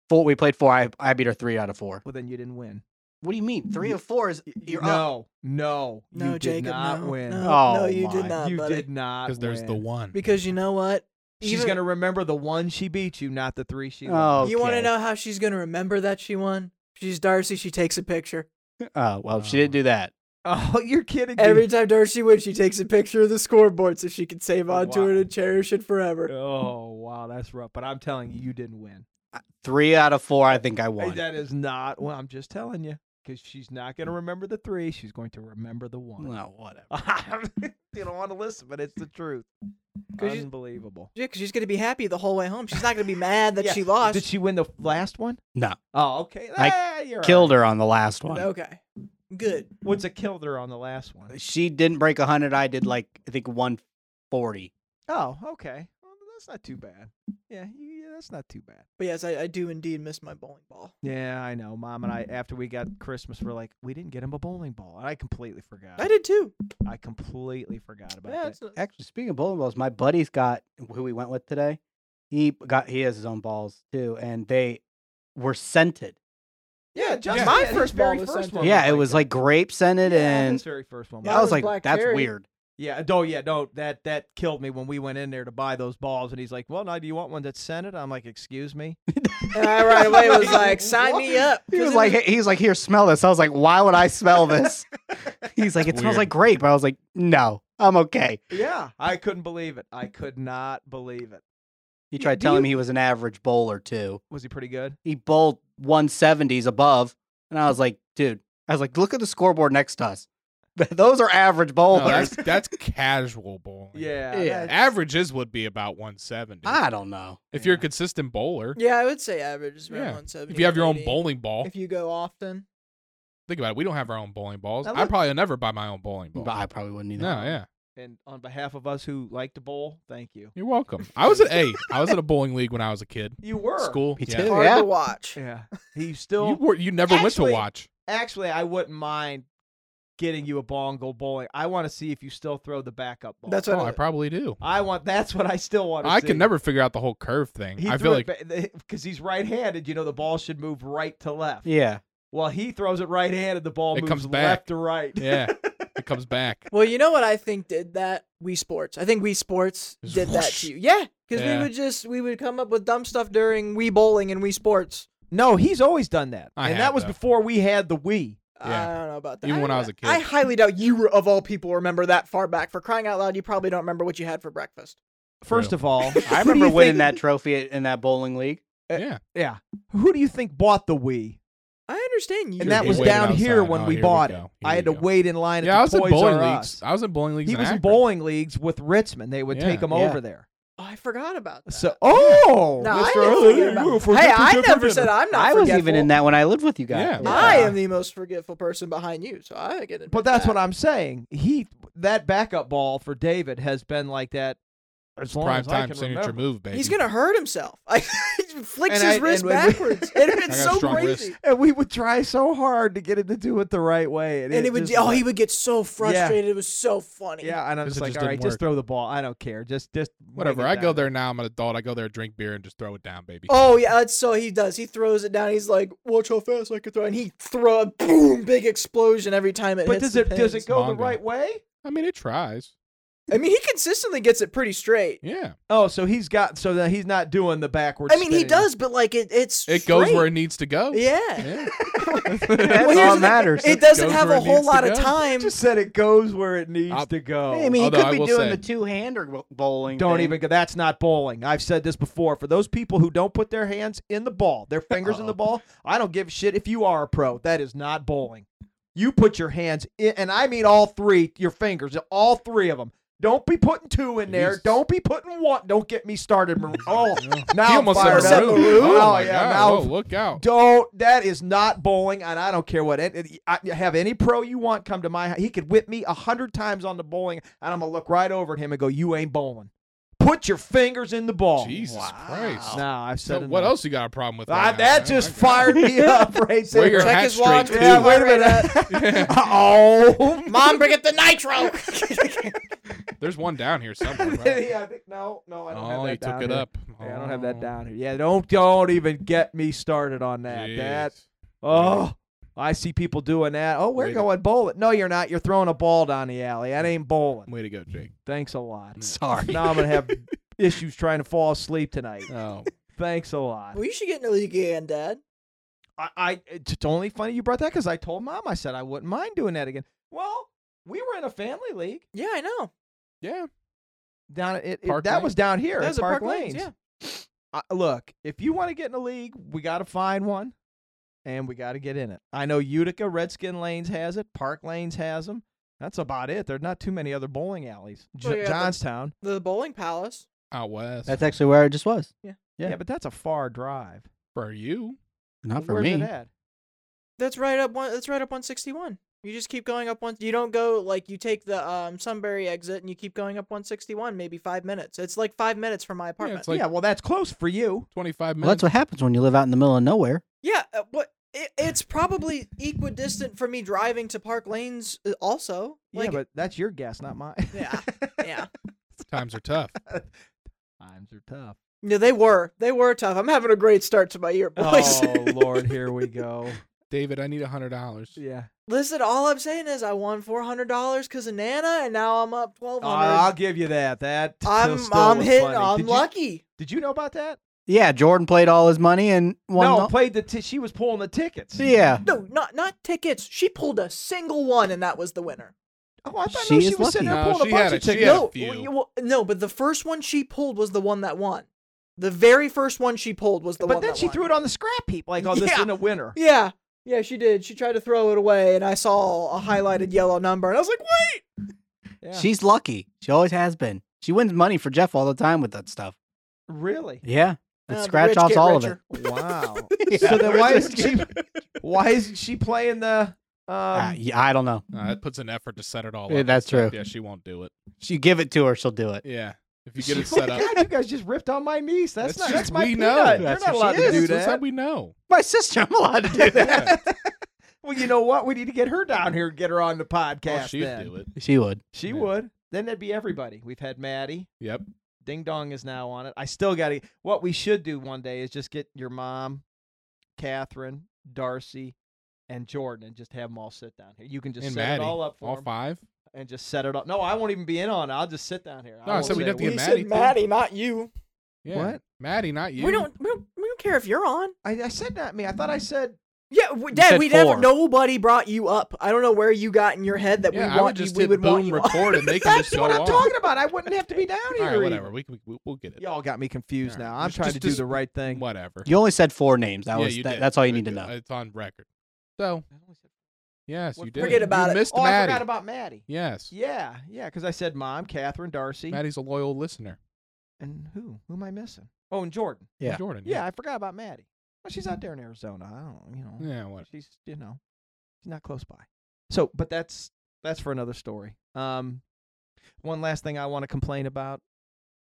[SPEAKER 3] four, we played four. I I beat her three out of four.
[SPEAKER 1] Well, then you didn't win.
[SPEAKER 3] What do you mean? Three of four is you're up.
[SPEAKER 1] no, no,
[SPEAKER 4] No,
[SPEAKER 1] you
[SPEAKER 4] Jacob,
[SPEAKER 1] did not
[SPEAKER 4] no,
[SPEAKER 1] win.
[SPEAKER 4] No,
[SPEAKER 3] Oh,
[SPEAKER 4] no, you
[SPEAKER 3] my.
[SPEAKER 4] did not,
[SPEAKER 1] you
[SPEAKER 4] buddy.
[SPEAKER 1] did not.
[SPEAKER 2] Because there's the
[SPEAKER 1] win.
[SPEAKER 2] one.
[SPEAKER 4] Because you know what?
[SPEAKER 1] She's
[SPEAKER 4] Even-
[SPEAKER 1] gonna remember the one she beat you, not the three she.
[SPEAKER 3] Oh,
[SPEAKER 1] lost.
[SPEAKER 4] You want to
[SPEAKER 3] Okay.
[SPEAKER 4] know how she's gonna remember that she won? She's Darcy. She takes a picture
[SPEAKER 3] Oh well, she didn't do that.
[SPEAKER 1] oh, you're kidding. me.
[SPEAKER 4] every time Darcy wins. She takes a picture of the scoreboard so she can save
[SPEAKER 1] Oh,
[SPEAKER 4] on to
[SPEAKER 1] wow.
[SPEAKER 4] it and cherish it forever.
[SPEAKER 1] Oh wow, that's rough. But I'm telling you, you didn't win.
[SPEAKER 3] Three out of four, I think I
[SPEAKER 1] Hey,
[SPEAKER 3] won.
[SPEAKER 1] that is not. Well, I'm just telling you, because she's not
[SPEAKER 4] Mm.
[SPEAKER 1] going to remember the three. She's going to remember the one.
[SPEAKER 3] Well, whatever.
[SPEAKER 1] you don't want to listen, but it's the truth.
[SPEAKER 4] 'Cause she's-
[SPEAKER 1] Unbelievable.
[SPEAKER 4] Yeah, 'cause she's gonna be happy the whole way home. She's not gonna be mad that
[SPEAKER 1] Yeah.
[SPEAKER 4] she lost.
[SPEAKER 1] Did she win the last one?
[SPEAKER 3] No,
[SPEAKER 1] Oh, okay.
[SPEAKER 3] I
[SPEAKER 1] Ah, you're
[SPEAKER 3] killed her on the last one.
[SPEAKER 4] Okay, good.
[SPEAKER 1] What's a killed her on the last one?
[SPEAKER 3] She didn't break 100. I did like I think 140.
[SPEAKER 1] Oh, okay. Well, that's not too bad. Yeah, you- yeah, that's not too bad.
[SPEAKER 4] But yes, I, I do indeed miss my bowling ball.
[SPEAKER 1] Yeah, I know. Mom and I, after we got Christmas, we're like, we didn't get him a bowling ball, and I completely forgot.
[SPEAKER 4] I did too.
[SPEAKER 1] I completely forgot about
[SPEAKER 4] Yeah,
[SPEAKER 1] that.
[SPEAKER 4] it's not-
[SPEAKER 3] Actually, speaking of bowling balls, my buddy's got who we went with today. He got he has his own balls too, and they were scented.
[SPEAKER 1] Yeah,
[SPEAKER 4] Justin
[SPEAKER 1] my
[SPEAKER 4] had his
[SPEAKER 1] first ball
[SPEAKER 4] very
[SPEAKER 1] was
[SPEAKER 4] first
[SPEAKER 1] scented.
[SPEAKER 4] one.
[SPEAKER 3] yeah, it was like grape scented,
[SPEAKER 1] his
[SPEAKER 3] and
[SPEAKER 1] very first one. was
[SPEAKER 3] I
[SPEAKER 4] Yeah, mine
[SPEAKER 3] was
[SPEAKER 4] was
[SPEAKER 3] like,
[SPEAKER 4] black
[SPEAKER 3] that's
[SPEAKER 4] cherry."
[SPEAKER 3] weird.
[SPEAKER 1] Yeah, no, yeah, no, that that killed me when we went in there to buy those balls, and he's like, "Well, now do you want one that's scented?" I'm like, "Excuse me."
[SPEAKER 4] And I right away was like, sign me up.
[SPEAKER 3] He
[SPEAKER 4] 'cause
[SPEAKER 3] was
[SPEAKER 4] it
[SPEAKER 3] like, he was like, here, smell this. I was like, why would I smell this? He's like, it
[SPEAKER 2] It's
[SPEAKER 3] smells
[SPEAKER 2] weird.
[SPEAKER 3] like grape. I was like, no, I'm okay.
[SPEAKER 1] yeah, I couldn't believe it. I could not believe it.
[SPEAKER 3] He
[SPEAKER 1] Y-
[SPEAKER 3] tried
[SPEAKER 1] do
[SPEAKER 3] telling
[SPEAKER 1] you-
[SPEAKER 3] me he was an average bowler too.
[SPEAKER 1] Was he pretty good?
[SPEAKER 3] He bowled 170s above, and I was like, dude, I was like, look at the scoreboard next to us. Those are average
[SPEAKER 2] No,
[SPEAKER 3] bowlers.
[SPEAKER 2] that's that's casual bowling.
[SPEAKER 1] Oh, Yeah.
[SPEAKER 3] Yeah.
[SPEAKER 2] Averages would be about 170.
[SPEAKER 3] I don't know.
[SPEAKER 2] if you're a consistent bowler,
[SPEAKER 4] Ah, Yeah, I would say average is around
[SPEAKER 2] Yeah.
[SPEAKER 4] 170.
[SPEAKER 2] if you have your own
[SPEAKER 4] 180.
[SPEAKER 2] bowling ball,
[SPEAKER 4] If you go often.
[SPEAKER 2] think about it. We don't have our own bowling balls.
[SPEAKER 1] Now
[SPEAKER 2] I
[SPEAKER 1] look-
[SPEAKER 2] probably never buy my own bowling ball.
[SPEAKER 3] But I probably wouldn't either.
[SPEAKER 2] No, yeah.
[SPEAKER 1] And on behalf of us who like to bowl, thank you.
[SPEAKER 2] You're welcome. I was at a I was at a bowling league when I was a kid.
[SPEAKER 1] You were
[SPEAKER 2] School.
[SPEAKER 3] Me
[SPEAKER 2] yeah.
[SPEAKER 3] too.
[SPEAKER 4] Hard
[SPEAKER 3] Yeah.
[SPEAKER 4] to watch.
[SPEAKER 1] Yeah. He
[SPEAKER 2] You
[SPEAKER 1] still
[SPEAKER 2] were you never went
[SPEAKER 1] Actually-
[SPEAKER 2] to watch.
[SPEAKER 1] actually I wouldn't mind getting you a ball and go bowling. I want to see if you still throw the backup ball.
[SPEAKER 4] That's
[SPEAKER 2] Oh,
[SPEAKER 4] what
[SPEAKER 2] I probably do.
[SPEAKER 1] I want that's what I still want to
[SPEAKER 2] I
[SPEAKER 1] see.
[SPEAKER 2] can never figure out the whole curve thing.
[SPEAKER 1] He
[SPEAKER 2] I feel like
[SPEAKER 1] because he's right-handed, you know the ball should move right to left.
[SPEAKER 3] Yeah.
[SPEAKER 1] Well, he throws it right-handed, the ball
[SPEAKER 2] It
[SPEAKER 1] moves
[SPEAKER 2] comes back.
[SPEAKER 1] left to right.
[SPEAKER 2] yeah, it comes back.
[SPEAKER 4] Well, you know what I think did that? Wii Sports. I think Wii Sports
[SPEAKER 2] Just
[SPEAKER 4] did that
[SPEAKER 2] whoosh.
[SPEAKER 4] to you. Yeah, because
[SPEAKER 2] Yeah.
[SPEAKER 4] we would just we would come up with dumb stuff during Wii Bowling and Wii Sports.
[SPEAKER 1] No, he's always done that,
[SPEAKER 2] I
[SPEAKER 1] and
[SPEAKER 2] have,
[SPEAKER 1] that was
[SPEAKER 2] though.
[SPEAKER 1] before we had the Wii.
[SPEAKER 2] Yeah.
[SPEAKER 4] I don't know about that.
[SPEAKER 2] Even when I was a kid.
[SPEAKER 4] I highly doubt you of all people remember that far back. For crying out loud, you probably don't remember what you had for breakfast.
[SPEAKER 1] First
[SPEAKER 2] True.
[SPEAKER 1] of all,
[SPEAKER 3] I remember winning that trophy at- in that bowling league.
[SPEAKER 2] yeah,
[SPEAKER 1] Yeah, who do you think bought the Wii?
[SPEAKER 4] I understand you.
[SPEAKER 1] And that
[SPEAKER 2] You're
[SPEAKER 1] was
[SPEAKER 2] waiting
[SPEAKER 1] down here
[SPEAKER 2] outside.
[SPEAKER 1] when
[SPEAKER 2] Oh,
[SPEAKER 1] we
[SPEAKER 2] here we
[SPEAKER 1] bought
[SPEAKER 2] go.
[SPEAKER 1] it.
[SPEAKER 2] Here
[SPEAKER 1] I had
[SPEAKER 2] we
[SPEAKER 1] to
[SPEAKER 2] go.
[SPEAKER 1] wait in line at
[SPEAKER 2] yeah.
[SPEAKER 1] the
[SPEAKER 2] I was in
[SPEAKER 1] Toys
[SPEAKER 2] bowling
[SPEAKER 1] R
[SPEAKER 2] leagues.
[SPEAKER 1] Us.
[SPEAKER 2] I was in bowling leagues.
[SPEAKER 1] He was in
[SPEAKER 2] Akron.
[SPEAKER 1] bowling leagues with Richmond. They would take
[SPEAKER 2] Yeah.
[SPEAKER 1] him
[SPEAKER 3] Yeah.
[SPEAKER 1] over there.
[SPEAKER 4] Oh, I forgot about that.
[SPEAKER 1] So, oh,
[SPEAKER 4] no,
[SPEAKER 1] Mr.
[SPEAKER 4] I
[SPEAKER 1] Oh,
[SPEAKER 4] didn't
[SPEAKER 1] you
[SPEAKER 4] forget about
[SPEAKER 1] were
[SPEAKER 4] it.
[SPEAKER 1] forgetful,
[SPEAKER 4] Hey, I
[SPEAKER 1] forgetful,
[SPEAKER 4] never said
[SPEAKER 1] forgetful.
[SPEAKER 4] I'm not.
[SPEAKER 3] I was even
[SPEAKER 4] forgetful.
[SPEAKER 3] in that when I lived with you guys.
[SPEAKER 2] Yeah.
[SPEAKER 4] I am the most forgetful person behind you, so I get it.
[SPEAKER 1] But that's what I'm saying. He that backup ball for David has been like that as long
[SPEAKER 2] Prime
[SPEAKER 1] as I
[SPEAKER 2] time
[SPEAKER 1] can
[SPEAKER 2] signature
[SPEAKER 1] remember.
[SPEAKER 2] move, baby.
[SPEAKER 4] He's gonna hurt himself. I he flicks
[SPEAKER 1] And I-
[SPEAKER 4] his wrist
[SPEAKER 1] and when we-
[SPEAKER 4] backwards. It,
[SPEAKER 2] I got
[SPEAKER 4] it's
[SPEAKER 2] a
[SPEAKER 4] so
[SPEAKER 2] strong
[SPEAKER 4] crazy.
[SPEAKER 2] wrist.
[SPEAKER 1] And we would try so hard to get him to do it the right way, and,
[SPEAKER 4] And it would.
[SPEAKER 1] just-
[SPEAKER 4] Oh, he would get so frustrated. It was so funny.
[SPEAKER 1] Yeah, and I'm
[SPEAKER 2] 'Cause
[SPEAKER 1] just
[SPEAKER 2] it
[SPEAKER 1] like,
[SPEAKER 2] just
[SPEAKER 1] all right,
[SPEAKER 2] didn't
[SPEAKER 1] just
[SPEAKER 2] work.
[SPEAKER 1] throw the ball. I don't care. Just, just wing
[SPEAKER 2] Whatever.
[SPEAKER 1] it
[SPEAKER 2] I go
[SPEAKER 1] down.
[SPEAKER 2] there now. I'm an adult. I go there, drink beer, and just throw it down, baby.
[SPEAKER 4] Oh yeah, that's so he does. He throws it down. He's like, "Watch how fast I can throw!" And he throw a boom, big explosion every time it
[SPEAKER 1] But does
[SPEAKER 4] hits. the
[SPEAKER 1] it does
[SPEAKER 4] pins.
[SPEAKER 1] it go the
[SPEAKER 2] Manga.
[SPEAKER 1] right way?
[SPEAKER 2] I mean, it tries.
[SPEAKER 4] I mean, he consistently gets it pretty straight.
[SPEAKER 2] Yeah,
[SPEAKER 1] Oh, so he's got so that he's not doing the backwards.
[SPEAKER 4] I mean, he
[SPEAKER 1] spinning.
[SPEAKER 4] does, but like it, it's
[SPEAKER 2] it goes where it
[SPEAKER 4] straight.
[SPEAKER 2] needs to go.
[SPEAKER 4] Yeah.
[SPEAKER 2] Yeah.
[SPEAKER 3] That's
[SPEAKER 4] here's
[SPEAKER 3] all
[SPEAKER 4] the
[SPEAKER 3] that
[SPEAKER 4] thing,
[SPEAKER 3] matters.
[SPEAKER 4] It doesn't
[SPEAKER 2] goes
[SPEAKER 4] have
[SPEAKER 2] where
[SPEAKER 4] a
[SPEAKER 2] it
[SPEAKER 4] whole
[SPEAKER 2] needs to
[SPEAKER 4] lot of
[SPEAKER 2] go.
[SPEAKER 1] He
[SPEAKER 4] time.
[SPEAKER 1] just said it goes where it needs
[SPEAKER 2] I'll-
[SPEAKER 1] to go.
[SPEAKER 3] I mean, he
[SPEAKER 2] Although
[SPEAKER 3] could
[SPEAKER 2] I
[SPEAKER 3] be
[SPEAKER 2] will say-
[SPEAKER 3] doing the two-hander bo- bowling.
[SPEAKER 1] don't
[SPEAKER 3] thing.
[SPEAKER 1] even go. That's not bowling. I've said this before. For those people who don't put their hands in the ball, their fingers in the ball, I don't give a shit if you are a pro. That is not bowling. You put your hands in, and I mean all three, your fingers, all three of them. Don't be putting two in there.
[SPEAKER 2] Jesus.
[SPEAKER 1] Don't be putting one. Don't get me started. Mar- Oh, now
[SPEAKER 2] He
[SPEAKER 1] I'm
[SPEAKER 2] almost
[SPEAKER 1] fired
[SPEAKER 2] said
[SPEAKER 1] up.
[SPEAKER 4] Maroon.
[SPEAKER 2] Oh,
[SPEAKER 1] Oh,
[SPEAKER 2] my
[SPEAKER 1] yeah,
[SPEAKER 2] God.
[SPEAKER 1] now
[SPEAKER 2] Whoa, look out.
[SPEAKER 1] Don't. That is not bowling, and I don't care what. It, it- I, have any pro you want come to my house. He could whip me a hundred times on the bowling, and I'm gonna look right over at him and go, "You ain't bowling. Put your fingers in the ball."
[SPEAKER 2] Jesus Christ.
[SPEAKER 1] No, I've
[SPEAKER 2] So
[SPEAKER 1] said
[SPEAKER 2] what
[SPEAKER 1] enough.
[SPEAKER 2] else you got a problem with?
[SPEAKER 1] Ah,
[SPEAKER 2] right now,
[SPEAKER 1] that
[SPEAKER 2] man?
[SPEAKER 1] just
[SPEAKER 2] My God.
[SPEAKER 1] fired me up right
[SPEAKER 2] Wear
[SPEAKER 1] there.
[SPEAKER 2] your
[SPEAKER 4] Check
[SPEAKER 2] hat
[SPEAKER 4] his
[SPEAKER 2] straight,
[SPEAKER 4] watch.
[SPEAKER 2] too.
[SPEAKER 1] Yeah, wait a
[SPEAKER 4] Right up.
[SPEAKER 1] minute. oh,
[SPEAKER 4] Mom, bring it the nitro.
[SPEAKER 2] There's one down here somewhere. right?
[SPEAKER 1] yeah, I think, no, no, I don't have
[SPEAKER 2] Oh,
[SPEAKER 1] that
[SPEAKER 2] you took
[SPEAKER 1] down
[SPEAKER 2] it
[SPEAKER 1] here.
[SPEAKER 2] up.
[SPEAKER 1] Yeah, I don't have that
[SPEAKER 2] Oh,
[SPEAKER 1] down here. Yeah, don't don't even get me started on that. That
[SPEAKER 2] jeez.
[SPEAKER 1] Oh, I see people doing that. Oh, we're
[SPEAKER 2] Way to-
[SPEAKER 1] going bowling. No, you're not. You're throwing a ball down the alley. That ain't bowling.
[SPEAKER 2] Way to go, Jake.
[SPEAKER 1] Thanks a lot.
[SPEAKER 3] Sorry.
[SPEAKER 1] Now I'm gonna have issues trying to fall asleep tonight.
[SPEAKER 2] Oh,
[SPEAKER 1] Thanks a lot.
[SPEAKER 4] well, you should get in the league again, Dad.
[SPEAKER 1] I, I it's only funny you brought that because I told mom I said I wouldn't mind doing that again. Well, we were in a family league
[SPEAKER 4] Yeah, I know.
[SPEAKER 2] yeah.
[SPEAKER 1] down at- it, it
[SPEAKER 2] Park
[SPEAKER 1] that
[SPEAKER 2] Lane?
[SPEAKER 1] was down here
[SPEAKER 4] That
[SPEAKER 1] at
[SPEAKER 4] was at
[SPEAKER 1] Park,
[SPEAKER 4] Park Lanes,
[SPEAKER 1] Lanes. I, look, if you want to get in a league, we got to find one, and we got to get in it. I know Utica Redskin Lanes has it. Park Lanes has them. That's about it. There's not too many other bowling alleys. J-
[SPEAKER 4] Well, yeah, but-
[SPEAKER 1] Johnstown.
[SPEAKER 4] The bowling palace.
[SPEAKER 2] Out west.
[SPEAKER 3] That's actually where I just was.
[SPEAKER 1] Yeah.
[SPEAKER 3] Yeah.
[SPEAKER 1] but that's a far drive.
[SPEAKER 2] for you.
[SPEAKER 3] Not for
[SPEAKER 1] Where's
[SPEAKER 3] me.
[SPEAKER 1] it at?
[SPEAKER 4] That's right up one. That's right up 161. You just keep going up one. You don't go like you take the um Sunbury exit and you keep going up 161. Maybe five minutes. It's like five minutes from my apartment.
[SPEAKER 2] like-
[SPEAKER 1] yeah, well, that's close for you.
[SPEAKER 2] 25
[SPEAKER 3] Well,
[SPEAKER 2] minutes.
[SPEAKER 3] that's what happens when you live out in the middle of nowhere.
[SPEAKER 4] yeah. uh, what? It, it's probably equidistant for me driving to Park Lanes. uh, Also, like
[SPEAKER 1] yeah, but that's your guess, not mine.
[SPEAKER 4] Yeah, yeah.
[SPEAKER 2] Times are tough.
[SPEAKER 1] Times are tough.
[SPEAKER 4] no, they were they were tough. I'm having a great start to my year, boys.
[SPEAKER 1] Oh Lord, here we go.
[SPEAKER 2] David, I need a hundred dollars.
[SPEAKER 1] Yeah,
[SPEAKER 4] Listen, all I'm saying is I won four hundred dollars because of Nana, and now I'm up twelve
[SPEAKER 1] I'll
[SPEAKER 4] hundred.
[SPEAKER 1] give you that. That still-
[SPEAKER 4] I'm
[SPEAKER 1] still
[SPEAKER 4] I'm
[SPEAKER 1] was
[SPEAKER 4] hitting.
[SPEAKER 1] funny.
[SPEAKER 4] I'm
[SPEAKER 1] did You,
[SPEAKER 4] lucky.
[SPEAKER 1] did you know about that?
[SPEAKER 3] Yeah, Jordan played all his money and won.
[SPEAKER 1] no,
[SPEAKER 3] all-
[SPEAKER 1] played the. T- she was pulling the tickets.
[SPEAKER 3] yeah,
[SPEAKER 4] No, not not tickets. She pulled a single one, and that was the winner.
[SPEAKER 1] Oh, I thought
[SPEAKER 3] She
[SPEAKER 1] no, she
[SPEAKER 3] is
[SPEAKER 1] was sitting there
[SPEAKER 2] lucky. No,
[SPEAKER 1] pulling
[SPEAKER 2] she
[SPEAKER 1] a bunch of
[SPEAKER 2] had it. She
[SPEAKER 1] tickets.
[SPEAKER 2] had
[SPEAKER 4] no,
[SPEAKER 2] a few.
[SPEAKER 4] well, you- well, no, but the first one she pulled was the one that won. The very first one she pulled was the
[SPEAKER 1] but
[SPEAKER 4] one.
[SPEAKER 1] then
[SPEAKER 4] that
[SPEAKER 1] she
[SPEAKER 4] won.
[SPEAKER 1] threw it on the scrap heap, like, oh, this
[SPEAKER 4] Yeah.
[SPEAKER 1] isn't a winner.
[SPEAKER 4] Yeah, Yeah, she did. She tried to throw it away, and I saw a highlighted yellow number, and I was like, wait!
[SPEAKER 1] Yeah.
[SPEAKER 3] She's lucky. She always has been. She wins money for Jeff all the time with that stuff.
[SPEAKER 1] really.
[SPEAKER 3] Yeah. It
[SPEAKER 4] Uh, the
[SPEAKER 3] scratch
[SPEAKER 4] rich
[SPEAKER 3] offs
[SPEAKER 4] get
[SPEAKER 3] all
[SPEAKER 4] richer.
[SPEAKER 3] of
[SPEAKER 1] Wow.
[SPEAKER 3] it.
[SPEAKER 1] So then why
[SPEAKER 3] is
[SPEAKER 1] isn't she why isn't she playing the um
[SPEAKER 3] Ah, yeah, I don't know.
[SPEAKER 2] Uh, it puts an effort to set it all
[SPEAKER 3] Yeah,
[SPEAKER 2] up.
[SPEAKER 3] that's true.
[SPEAKER 2] Yeah, she won't do it.
[SPEAKER 3] If you give it to her, she'll do it.
[SPEAKER 2] Yeah, if you get it
[SPEAKER 1] Oh my
[SPEAKER 2] set up,
[SPEAKER 1] God, you guys just ripped on my niece. That's,
[SPEAKER 2] That's
[SPEAKER 1] not
[SPEAKER 2] just-
[SPEAKER 1] that's my
[SPEAKER 2] we
[SPEAKER 1] peanut.
[SPEAKER 2] know.
[SPEAKER 1] You're
[SPEAKER 3] That's
[SPEAKER 1] not
[SPEAKER 3] who
[SPEAKER 1] allowed
[SPEAKER 3] she
[SPEAKER 1] to do
[SPEAKER 2] That's- that's how
[SPEAKER 1] that.
[SPEAKER 2] we know.
[SPEAKER 3] My sister, I'm allowed to do that.
[SPEAKER 2] Yeah.
[SPEAKER 1] Well, you know what? We need to get her down here and get her
[SPEAKER 2] Oh,
[SPEAKER 1] on the podcast.
[SPEAKER 2] Well, she'd
[SPEAKER 1] then.
[SPEAKER 2] do it.
[SPEAKER 3] she would.
[SPEAKER 1] She
[SPEAKER 2] Yeah.
[SPEAKER 1] would. Then that'd be everybody. We've had Maddie.
[SPEAKER 2] Yep.
[SPEAKER 1] Ding Dong is now on it. I still got to. What we should do one day is just get your mom, Catherine, Darcy, and Jordan, and just have them all sit down here. You can just
[SPEAKER 2] and
[SPEAKER 1] set
[SPEAKER 2] Maddie,
[SPEAKER 1] it all up for
[SPEAKER 2] all
[SPEAKER 1] 'em
[SPEAKER 2] five.
[SPEAKER 1] and just set it up. No, I won't even be in on it. I'll just sit down here.
[SPEAKER 2] No, I
[SPEAKER 1] won't
[SPEAKER 2] said we'd
[SPEAKER 1] say
[SPEAKER 2] have to
[SPEAKER 1] a
[SPEAKER 2] get
[SPEAKER 1] word.
[SPEAKER 4] We
[SPEAKER 2] Maddie,
[SPEAKER 4] said
[SPEAKER 2] too.
[SPEAKER 4] Maddie, not you.
[SPEAKER 2] Yeah.
[SPEAKER 1] What?
[SPEAKER 2] Maddie, not you.
[SPEAKER 4] We don't, we don't. We don't care if you're on.
[SPEAKER 1] I, I said not me. I thought I said
[SPEAKER 4] Yeah, we,
[SPEAKER 3] said
[SPEAKER 4] Dad, we never.
[SPEAKER 3] four.
[SPEAKER 4] Nobody brought you up. I don't know where you got in your head that
[SPEAKER 2] Yeah,
[SPEAKER 4] we
[SPEAKER 2] I would
[SPEAKER 4] want
[SPEAKER 2] just
[SPEAKER 4] you. We
[SPEAKER 2] hit
[SPEAKER 4] would want
[SPEAKER 2] boom
[SPEAKER 4] you
[SPEAKER 2] record
[SPEAKER 4] on.
[SPEAKER 2] and they can
[SPEAKER 1] that's
[SPEAKER 2] just go
[SPEAKER 1] what I'm
[SPEAKER 2] on.
[SPEAKER 1] talking about. I wouldn't have to be down here.
[SPEAKER 2] All right,
[SPEAKER 1] either.
[SPEAKER 2] whatever. We, can- we we'll get it.
[SPEAKER 1] Y'all got me confused
[SPEAKER 2] All right.
[SPEAKER 1] now. I'm
[SPEAKER 2] Just-
[SPEAKER 1] trying
[SPEAKER 2] just-
[SPEAKER 1] to do
[SPEAKER 2] just-
[SPEAKER 1] the right thing.
[SPEAKER 2] Whatever.
[SPEAKER 3] You only said four names. That
[SPEAKER 2] yeah,
[SPEAKER 3] was
[SPEAKER 2] you
[SPEAKER 3] that,
[SPEAKER 2] did.
[SPEAKER 3] that's all you need to
[SPEAKER 2] did.
[SPEAKER 3] know.
[SPEAKER 2] It's on record. So yes, you did.
[SPEAKER 4] Forget about
[SPEAKER 2] you
[SPEAKER 4] it.
[SPEAKER 2] Missed
[SPEAKER 1] Oh, I
[SPEAKER 2] Maddie.
[SPEAKER 1] forgot about Maddie.
[SPEAKER 2] yes,
[SPEAKER 1] Yeah, yeah, because I said mom, Catherine, Darcy,
[SPEAKER 2] Maddie's a loyal listener.
[SPEAKER 1] and who? Who am I missing? Oh, and Jordan.
[SPEAKER 2] And
[SPEAKER 3] Yeah.
[SPEAKER 2] Jordan.
[SPEAKER 1] Yeah, I forgot about Maddie. Well, she's out there in Arizona. I don't, you know,
[SPEAKER 2] Mm-hmm. Yeah. What?
[SPEAKER 1] she's you know, she's not close by. So, but that's that's for another story. Um, one last thing I want to complain about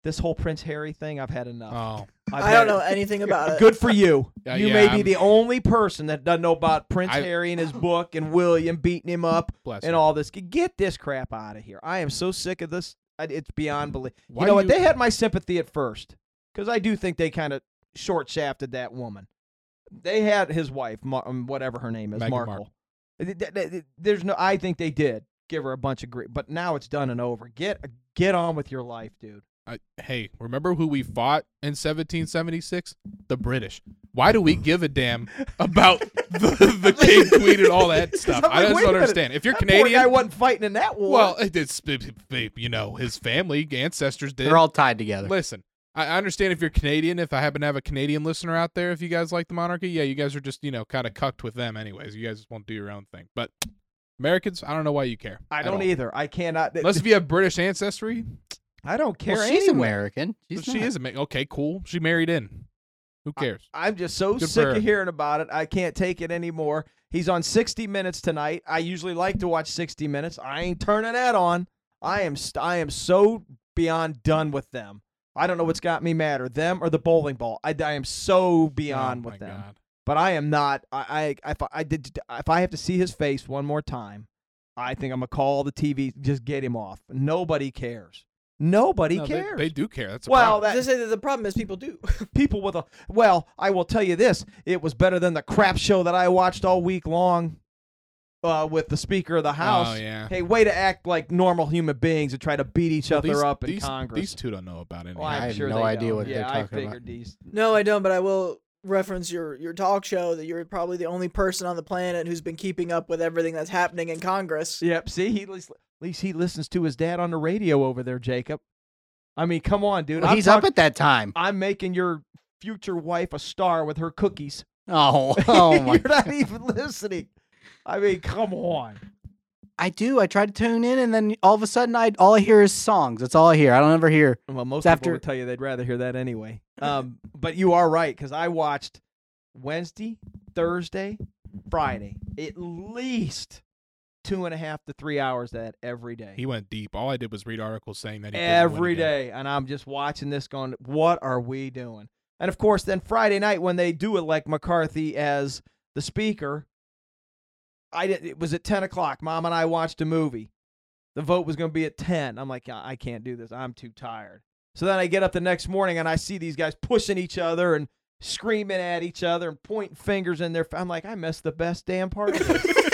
[SPEAKER 1] this whole Prince Harry thing. I've had enough.
[SPEAKER 2] Oh,
[SPEAKER 1] I've
[SPEAKER 4] I don't
[SPEAKER 1] had-
[SPEAKER 4] know anything about it.
[SPEAKER 1] Good for you.
[SPEAKER 2] Uh,
[SPEAKER 1] you
[SPEAKER 2] yeah,
[SPEAKER 1] may be
[SPEAKER 2] I'm-
[SPEAKER 1] the only person that doesn't know about Prince
[SPEAKER 2] I-
[SPEAKER 1] Harry and his book and William beating him up
[SPEAKER 2] bless.
[SPEAKER 1] and
[SPEAKER 2] her.
[SPEAKER 1] all this. Get this crap out of here. I am so sick of this. I- It's beyond belief.
[SPEAKER 2] Why
[SPEAKER 1] you know what?
[SPEAKER 2] do
[SPEAKER 1] They had my sympathy at first because I do think they kind of short shafted that woman. They had his wife, Mar- um, whatever her name is,
[SPEAKER 2] Meghan
[SPEAKER 1] Markle.
[SPEAKER 2] Markle.
[SPEAKER 1] Th- th- th- There's no. I think they did give her a bunch of grief, but now it's done and over. Get get on with your life, dude.
[SPEAKER 2] I, hey, remember who we fought in 1776? The British. Why do we give a damn about the, the king, queen, and all that stuff?
[SPEAKER 1] I'm
[SPEAKER 2] I
[SPEAKER 1] like,
[SPEAKER 2] just
[SPEAKER 1] wait a
[SPEAKER 2] don't
[SPEAKER 1] minute.
[SPEAKER 2] understand. If you're
[SPEAKER 1] that poor
[SPEAKER 2] Canadian,
[SPEAKER 1] guy wasn't fighting in that war.
[SPEAKER 2] well, it- it's you know his family, ancestors did.
[SPEAKER 3] They're all tied together.
[SPEAKER 2] Listen, I I understand if you're Canadian. If I happen to have a Canadian listener out there, if you guys like the monarchy, yeah, you guys are just you know kind of cucked with them, anyways. You guys just won't do your own thing. But Americans, I don't know why you care.
[SPEAKER 1] I
[SPEAKER 2] at
[SPEAKER 1] don't
[SPEAKER 2] all.
[SPEAKER 1] either. I cannot.
[SPEAKER 2] Unless if you have British ancestry,
[SPEAKER 1] I don't care.
[SPEAKER 3] Well, she's
[SPEAKER 1] anyway.
[SPEAKER 3] American. She's
[SPEAKER 2] she
[SPEAKER 3] not.
[SPEAKER 2] is American. Okay, cool. She married in. Who cares?
[SPEAKER 1] I'm just so
[SPEAKER 2] Good for
[SPEAKER 1] sick
[SPEAKER 2] her.
[SPEAKER 1] of hearing about it. I can't take it anymore. He's on 60 Minutes tonight. I usually like to watch 60 Minutes. I ain't turning that on. I am st- I am so beyond done with them. I don't know what's got me madder, them or the bowling ball. I, I am so beyond
[SPEAKER 2] Oh,
[SPEAKER 1] with
[SPEAKER 2] my
[SPEAKER 1] them.
[SPEAKER 2] God.
[SPEAKER 1] But I am not. I, I if I did if I have to see his face one more time, I think I'm gonna call the TV. Just get him off. Nobody cares. Nobody
[SPEAKER 2] No, they-
[SPEAKER 1] cares.
[SPEAKER 2] They, do care. That's a
[SPEAKER 1] well,
[SPEAKER 2] problem.
[SPEAKER 1] that,
[SPEAKER 4] Just say that the problem is people do.
[SPEAKER 1] people with a well i will tell you this it was better than the crap show that i watched all week long uh, with the speaker of the house
[SPEAKER 2] Oh yeah.
[SPEAKER 1] hey way to act like normal human beings and try to beat each
[SPEAKER 2] Well,
[SPEAKER 1] other
[SPEAKER 2] these-
[SPEAKER 1] up in
[SPEAKER 2] these,
[SPEAKER 1] congress
[SPEAKER 2] These two don't know about it.
[SPEAKER 1] Well, I'm
[SPEAKER 3] I have
[SPEAKER 1] sure
[SPEAKER 3] no
[SPEAKER 1] they
[SPEAKER 3] idea
[SPEAKER 1] don't.
[SPEAKER 3] what
[SPEAKER 1] yeah,
[SPEAKER 3] they're
[SPEAKER 1] I
[SPEAKER 3] talking about.
[SPEAKER 1] figured these
[SPEAKER 4] No, I don't. But I will reference your your talk show that you're probably the only person on the planet who's been keeping up with everything that's happening in Congress.
[SPEAKER 1] yep see he at least, at least he listens to his dad on the radio over there jacob i mean come on dude
[SPEAKER 3] Well,
[SPEAKER 1] I'm
[SPEAKER 3] he's
[SPEAKER 1] talk-
[SPEAKER 3] up at that time.
[SPEAKER 1] i'm making your future wife a star with her cookies
[SPEAKER 3] Oh, oh my!
[SPEAKER 1] you're not even listening i mean come on
[SPEAKER 3] I do. I try to tune in, and then all of a sudden, I all I hear is songs. That's all I hear. I don't ever hear.
[SPEAKER 1] Well, most
[SPEAKER 3] It's
[SPEAKER 1] people would
[SPEAKER 3] after-
[SPEAKER 1] tell you they'd rather hear that anyway. Um, but you are right because I watched Wednesday, Thursday, Friday, at least two and a half to three hours of that every day.
[SPEAKER 2] He went deep. All I did was read articles saying that he didn't win
[SPEAKER 1] every
[SPEAKER 2] again.
[SPEAKER 1] day, and I'm just watching this, going, "What are we doing?" And of course, then Friday night when they do elect McCarthy as the speaker, I did, it was at ten o'clock. Mom and I watched a movie. The vote was going to be at ten. I'm like, I I can't do this. I'm too tired. So then I get up the next morning and I see these guys pushing each other and screaming at each other and pointing fingers in their. fa- I'm like, I missed the best damn part. of this."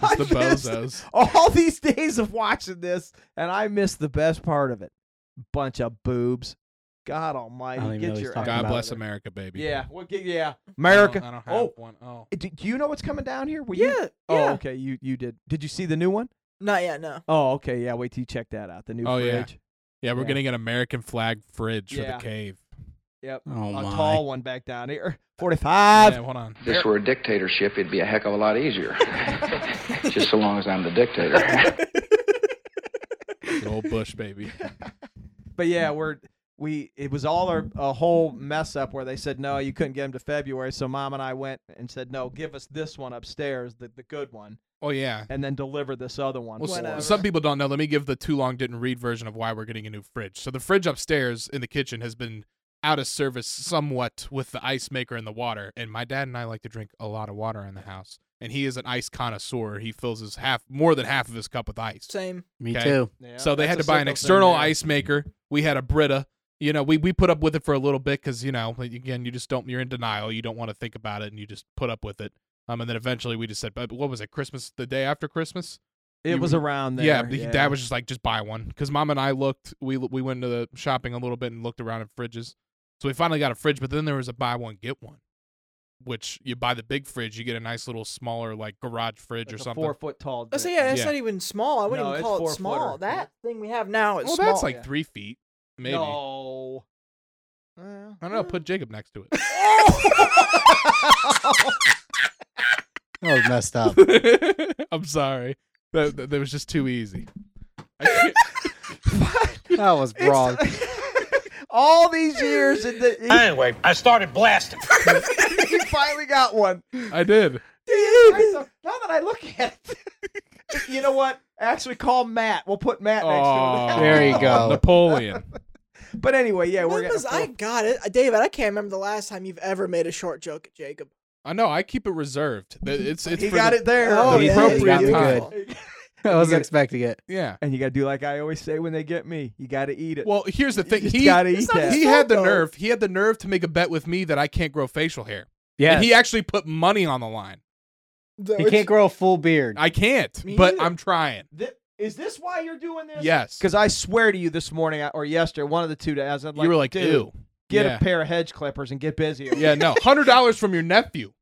[SPEAKER 1] I
[SPEAKER 2] It's the
[SPEAKER 1] missed
[SPEAKER 2] bozos.
[SPEAKER 1] all these days of watching this, and I missed the best part of it. Bunch of boobs. God Almighty,
[SPEAKER 3] I don't even know
[SPEAKER 1] get
[SPEAKER 3] what
[SPEAKER 1] your
[SPEAKER 3] he's talking
[SPEAKER 1] ass
[SPEAKER 2] God
[SPEAKER 3] about
[SPEAKER 1] out
[SPEAKER 2] bless
[SPEAKER 1] of there.
[SPEAKER 2] America, baby.
[SPEAKER 1] Yeah, well, get- yeah,
[SPEAKER 2] I don't-
[SPEAKER 1] America.
[SPEAKER 2] I don't have
[SPEAKER 1] oh,
[SPEAKER 2] one. Oh.
[SPEAKER 1] do, do you know what's coming down here? Were
[SPEAKER 4] Yeah.
[SPEAKER 1] You,
[SPEAKER 4] yeah.
[SPEAKER 1] oh, okay. You you did. Did you see the new one?
[SPEAKER 4] Not yet. No.
[SPEAKER 1] Oh, okay. Yeah. Wait till you check that out. The new
[SPEAKER 2] Oh, yeah.
[SPEAKER 1] fridge.
[SPEAKER 2] Yeah, we're
[SPEAKER 1] Yeah.
[SPEAKER 2] getting an American flag fridge for
[SPEAKER 1] Yeah.
[SPEAKER 2] the cave.
[SPEAKER 1] Yep.
[SPEAKER 3] Oh
[SPEAKER 1] a
[SPEAKER 3] my.
[SPEAKER 1] tall one back down here. 45.
[SPEAKER 2] Yeah, hold on.
[SPEAKER 7] If this were a dictatorship, it'd be a heck of a lot easier. Just so long as I'm the dictator.
[SPEAKER 2] Good old Bush baby.
[SPEAKER 1] But yeah, we're we it was all our a whole mess up where they said no, you couldn't get him to February. So mom and I went and said no, give us this one upstairs, the the good one,
[SPEAKER 2] Oh yeah.
[SPEAKER 1] and then deliver this other one.
[SPEAKER 2] Well, s-
[SPEAKER 1] for
[SPEAKER 4] Whatever.
[SPEAKER 1] us.
[SPEAKER 2] some people don't know. Let me give the too long didn't read version of why we're getting a new fridge. So the fridge upstairs in the kitchen has been out of service somewhat with the ice maker and the water. And my dad and I like to drink a lot of water in the house. And he is an ice connoisseur. He fills his half more than half of his cup with ice.
[SPEAKER 4] Same.
[SPEAKER 3] Me
[SPEAKER 2] Okay.
[SPEAKER 3] too.
[SPEAKER 1] Yeah,
[SPEAKER 2] so they had to
[SPEAKER 1] that's a
[SPEAKER 2] buy an
[SPEAKER 1] simple thing
[SPEAKER 2] external
[SPEAKER 1] there.
[SPEAKER 2] ice maker. We had a Brita. You know, we, we put up with it for a little bit because you know, like, again, you just don't. You're in denial. You don't want to think about it, and you just put up with it. Um, and then eventually we just said, but what was it? Christmas, the day after Christmas.
[SPEAKER 1] It
[SPEAKER 2] you-
[SPEAKER 1] was around there.
[SPEAKER 2] Yeah, the dad was just like, just buy one. Because mom and I looked, we we went to the shopping a little bit and looked around at fridges. So we finally got a fridge, but then there was a buy one get one, which you buy the big fridge, you get a nice little smaller like garage fridge
[SPEAKER 1] like
[SPEAKER 2] or
[SPEAKER 1] a
[SPEAKER 2] something.
[SPEAKER 1] four foot tall.
[SPEAKER 4] Oh, so
[SPEAKER 1] dick.
[SPEAKER 4] yeah, it's
[SPEAKER 2] Yeah.
[SPEAKER 4] not even small. I wouldn't
[SPEAKER 1] No,
[SPEAKER 4] even
[SPEAKER 1] it's Oh,
[SPEAKER 4] call it
[SPEAKER 1] four-footer.
[SPEAKER 4] small. That thing we have now is
[SPEAKER 2] well,
[SPEAKER 4] small.
[SPEAKER 2] that's like
[SPEAKER 1] yeah.
[SPEAKER 2] three feet, maybe.
[SPEAKER 1] No. Mm. Well,
[SPEAKER 2] I don't know. Put Jacob next to it.
[SPEAKER 3] That was messed up.
[SPEAKER 2] I'm sorry. That, that, that was just too easy. I can't-
[SPEAKER 3] That was
[SPEAKER 1] It's-
[SPEAKER 3] wrong.
[SPEAKER 1] All these years, and the, he,
[SPEAKER 8] Anyway, I started blasting.
[SPEAKER 1] he finally got one.
[SPEAKER 2] I did.
[SPEAKER 1] Right, so now that I look at it, you know what? Actually, call Matt. We'll put Matt next
[SPEAKER 2] Aw,
[SPEAKER 1] to him.
[SPEAKER 3] There you go.
[SPEAKER 2] Napoleon.
[SPEAKER 1] But anyway, yeah, we're
[SPEAKER 4] When
[SPEAKER 1] getting.
[SPEAKER 4] was I got it, Uh, David? I can't remember the last time you've ever made a short joke at Jacob.
[SPEAKER 2] I know. I keep it reserved. That- It's it's
[SPEAKER 1] he
[SPEAKER 2] for
[SPEAKER 1] got
[SPEAKER 2] the-
[SPEAKER 1] it there.
[SPEAKER 4] Oh,
[SPEAKER 3] yeah,
[SPEAKER 2] appropriate
[SPEAKER 3] got me
[SPEAKER 2] time.
[SPEAKER 3] good. I wasn't expecting it.
[SPEAKER 2] Yeah.
[SPEAKER 1] And you gotta do like I always say when they get me. You gotta eat it.
[SPEAKER 2] Well, here's the
[SPEAKER 1] you
[SPEAKER 2] thing.
[SPEAKER 1] just
[SPEAKER 2] He
[SPEAKER 1] gotta eat
[SPEAKER 4] It's not
[SPEAKER 1] that.
[SPEAKER 4] his
[SPEAKER 2] he had the
[SPEAKER 4] though.
[SPEAKER 2] nerve. He had the nerve to make a bet with me that I can't grow facial hair.
[SPEAKER 3] Yeah.
[SPEAKER 2] And
[SPEAKER 3] He,
[SPEAKER 2] he actually put money on the line.
[SPEAKER 4] Though
[SPEAKER 3] can't grow a full beard.
[SPEAKER 2] I can't,
[SPEAKER 1] Me
[SPEAKER 2] but
[SPEAKER 1] neither.
[SPEAKER 2] I'm trying.
[SPEAKER 1] Th- is this why you're doing this?
[SPEAKER 2] Yes.
[SPEAKER 1] Because I swear to you, this morning I- or yesterday, one of the two days, I was like,
[SPEAKER 2] you were like,
[SPEAKER 1] Dude,
[SPEAKER 2] ew.
[SPEAKER 1] get
[SPEAKER 2] yeah.
[SPEAKER 1] a pair of hedge clippers and get busy.
[SPEAKER 2] yeah, no. $100 from your nephew.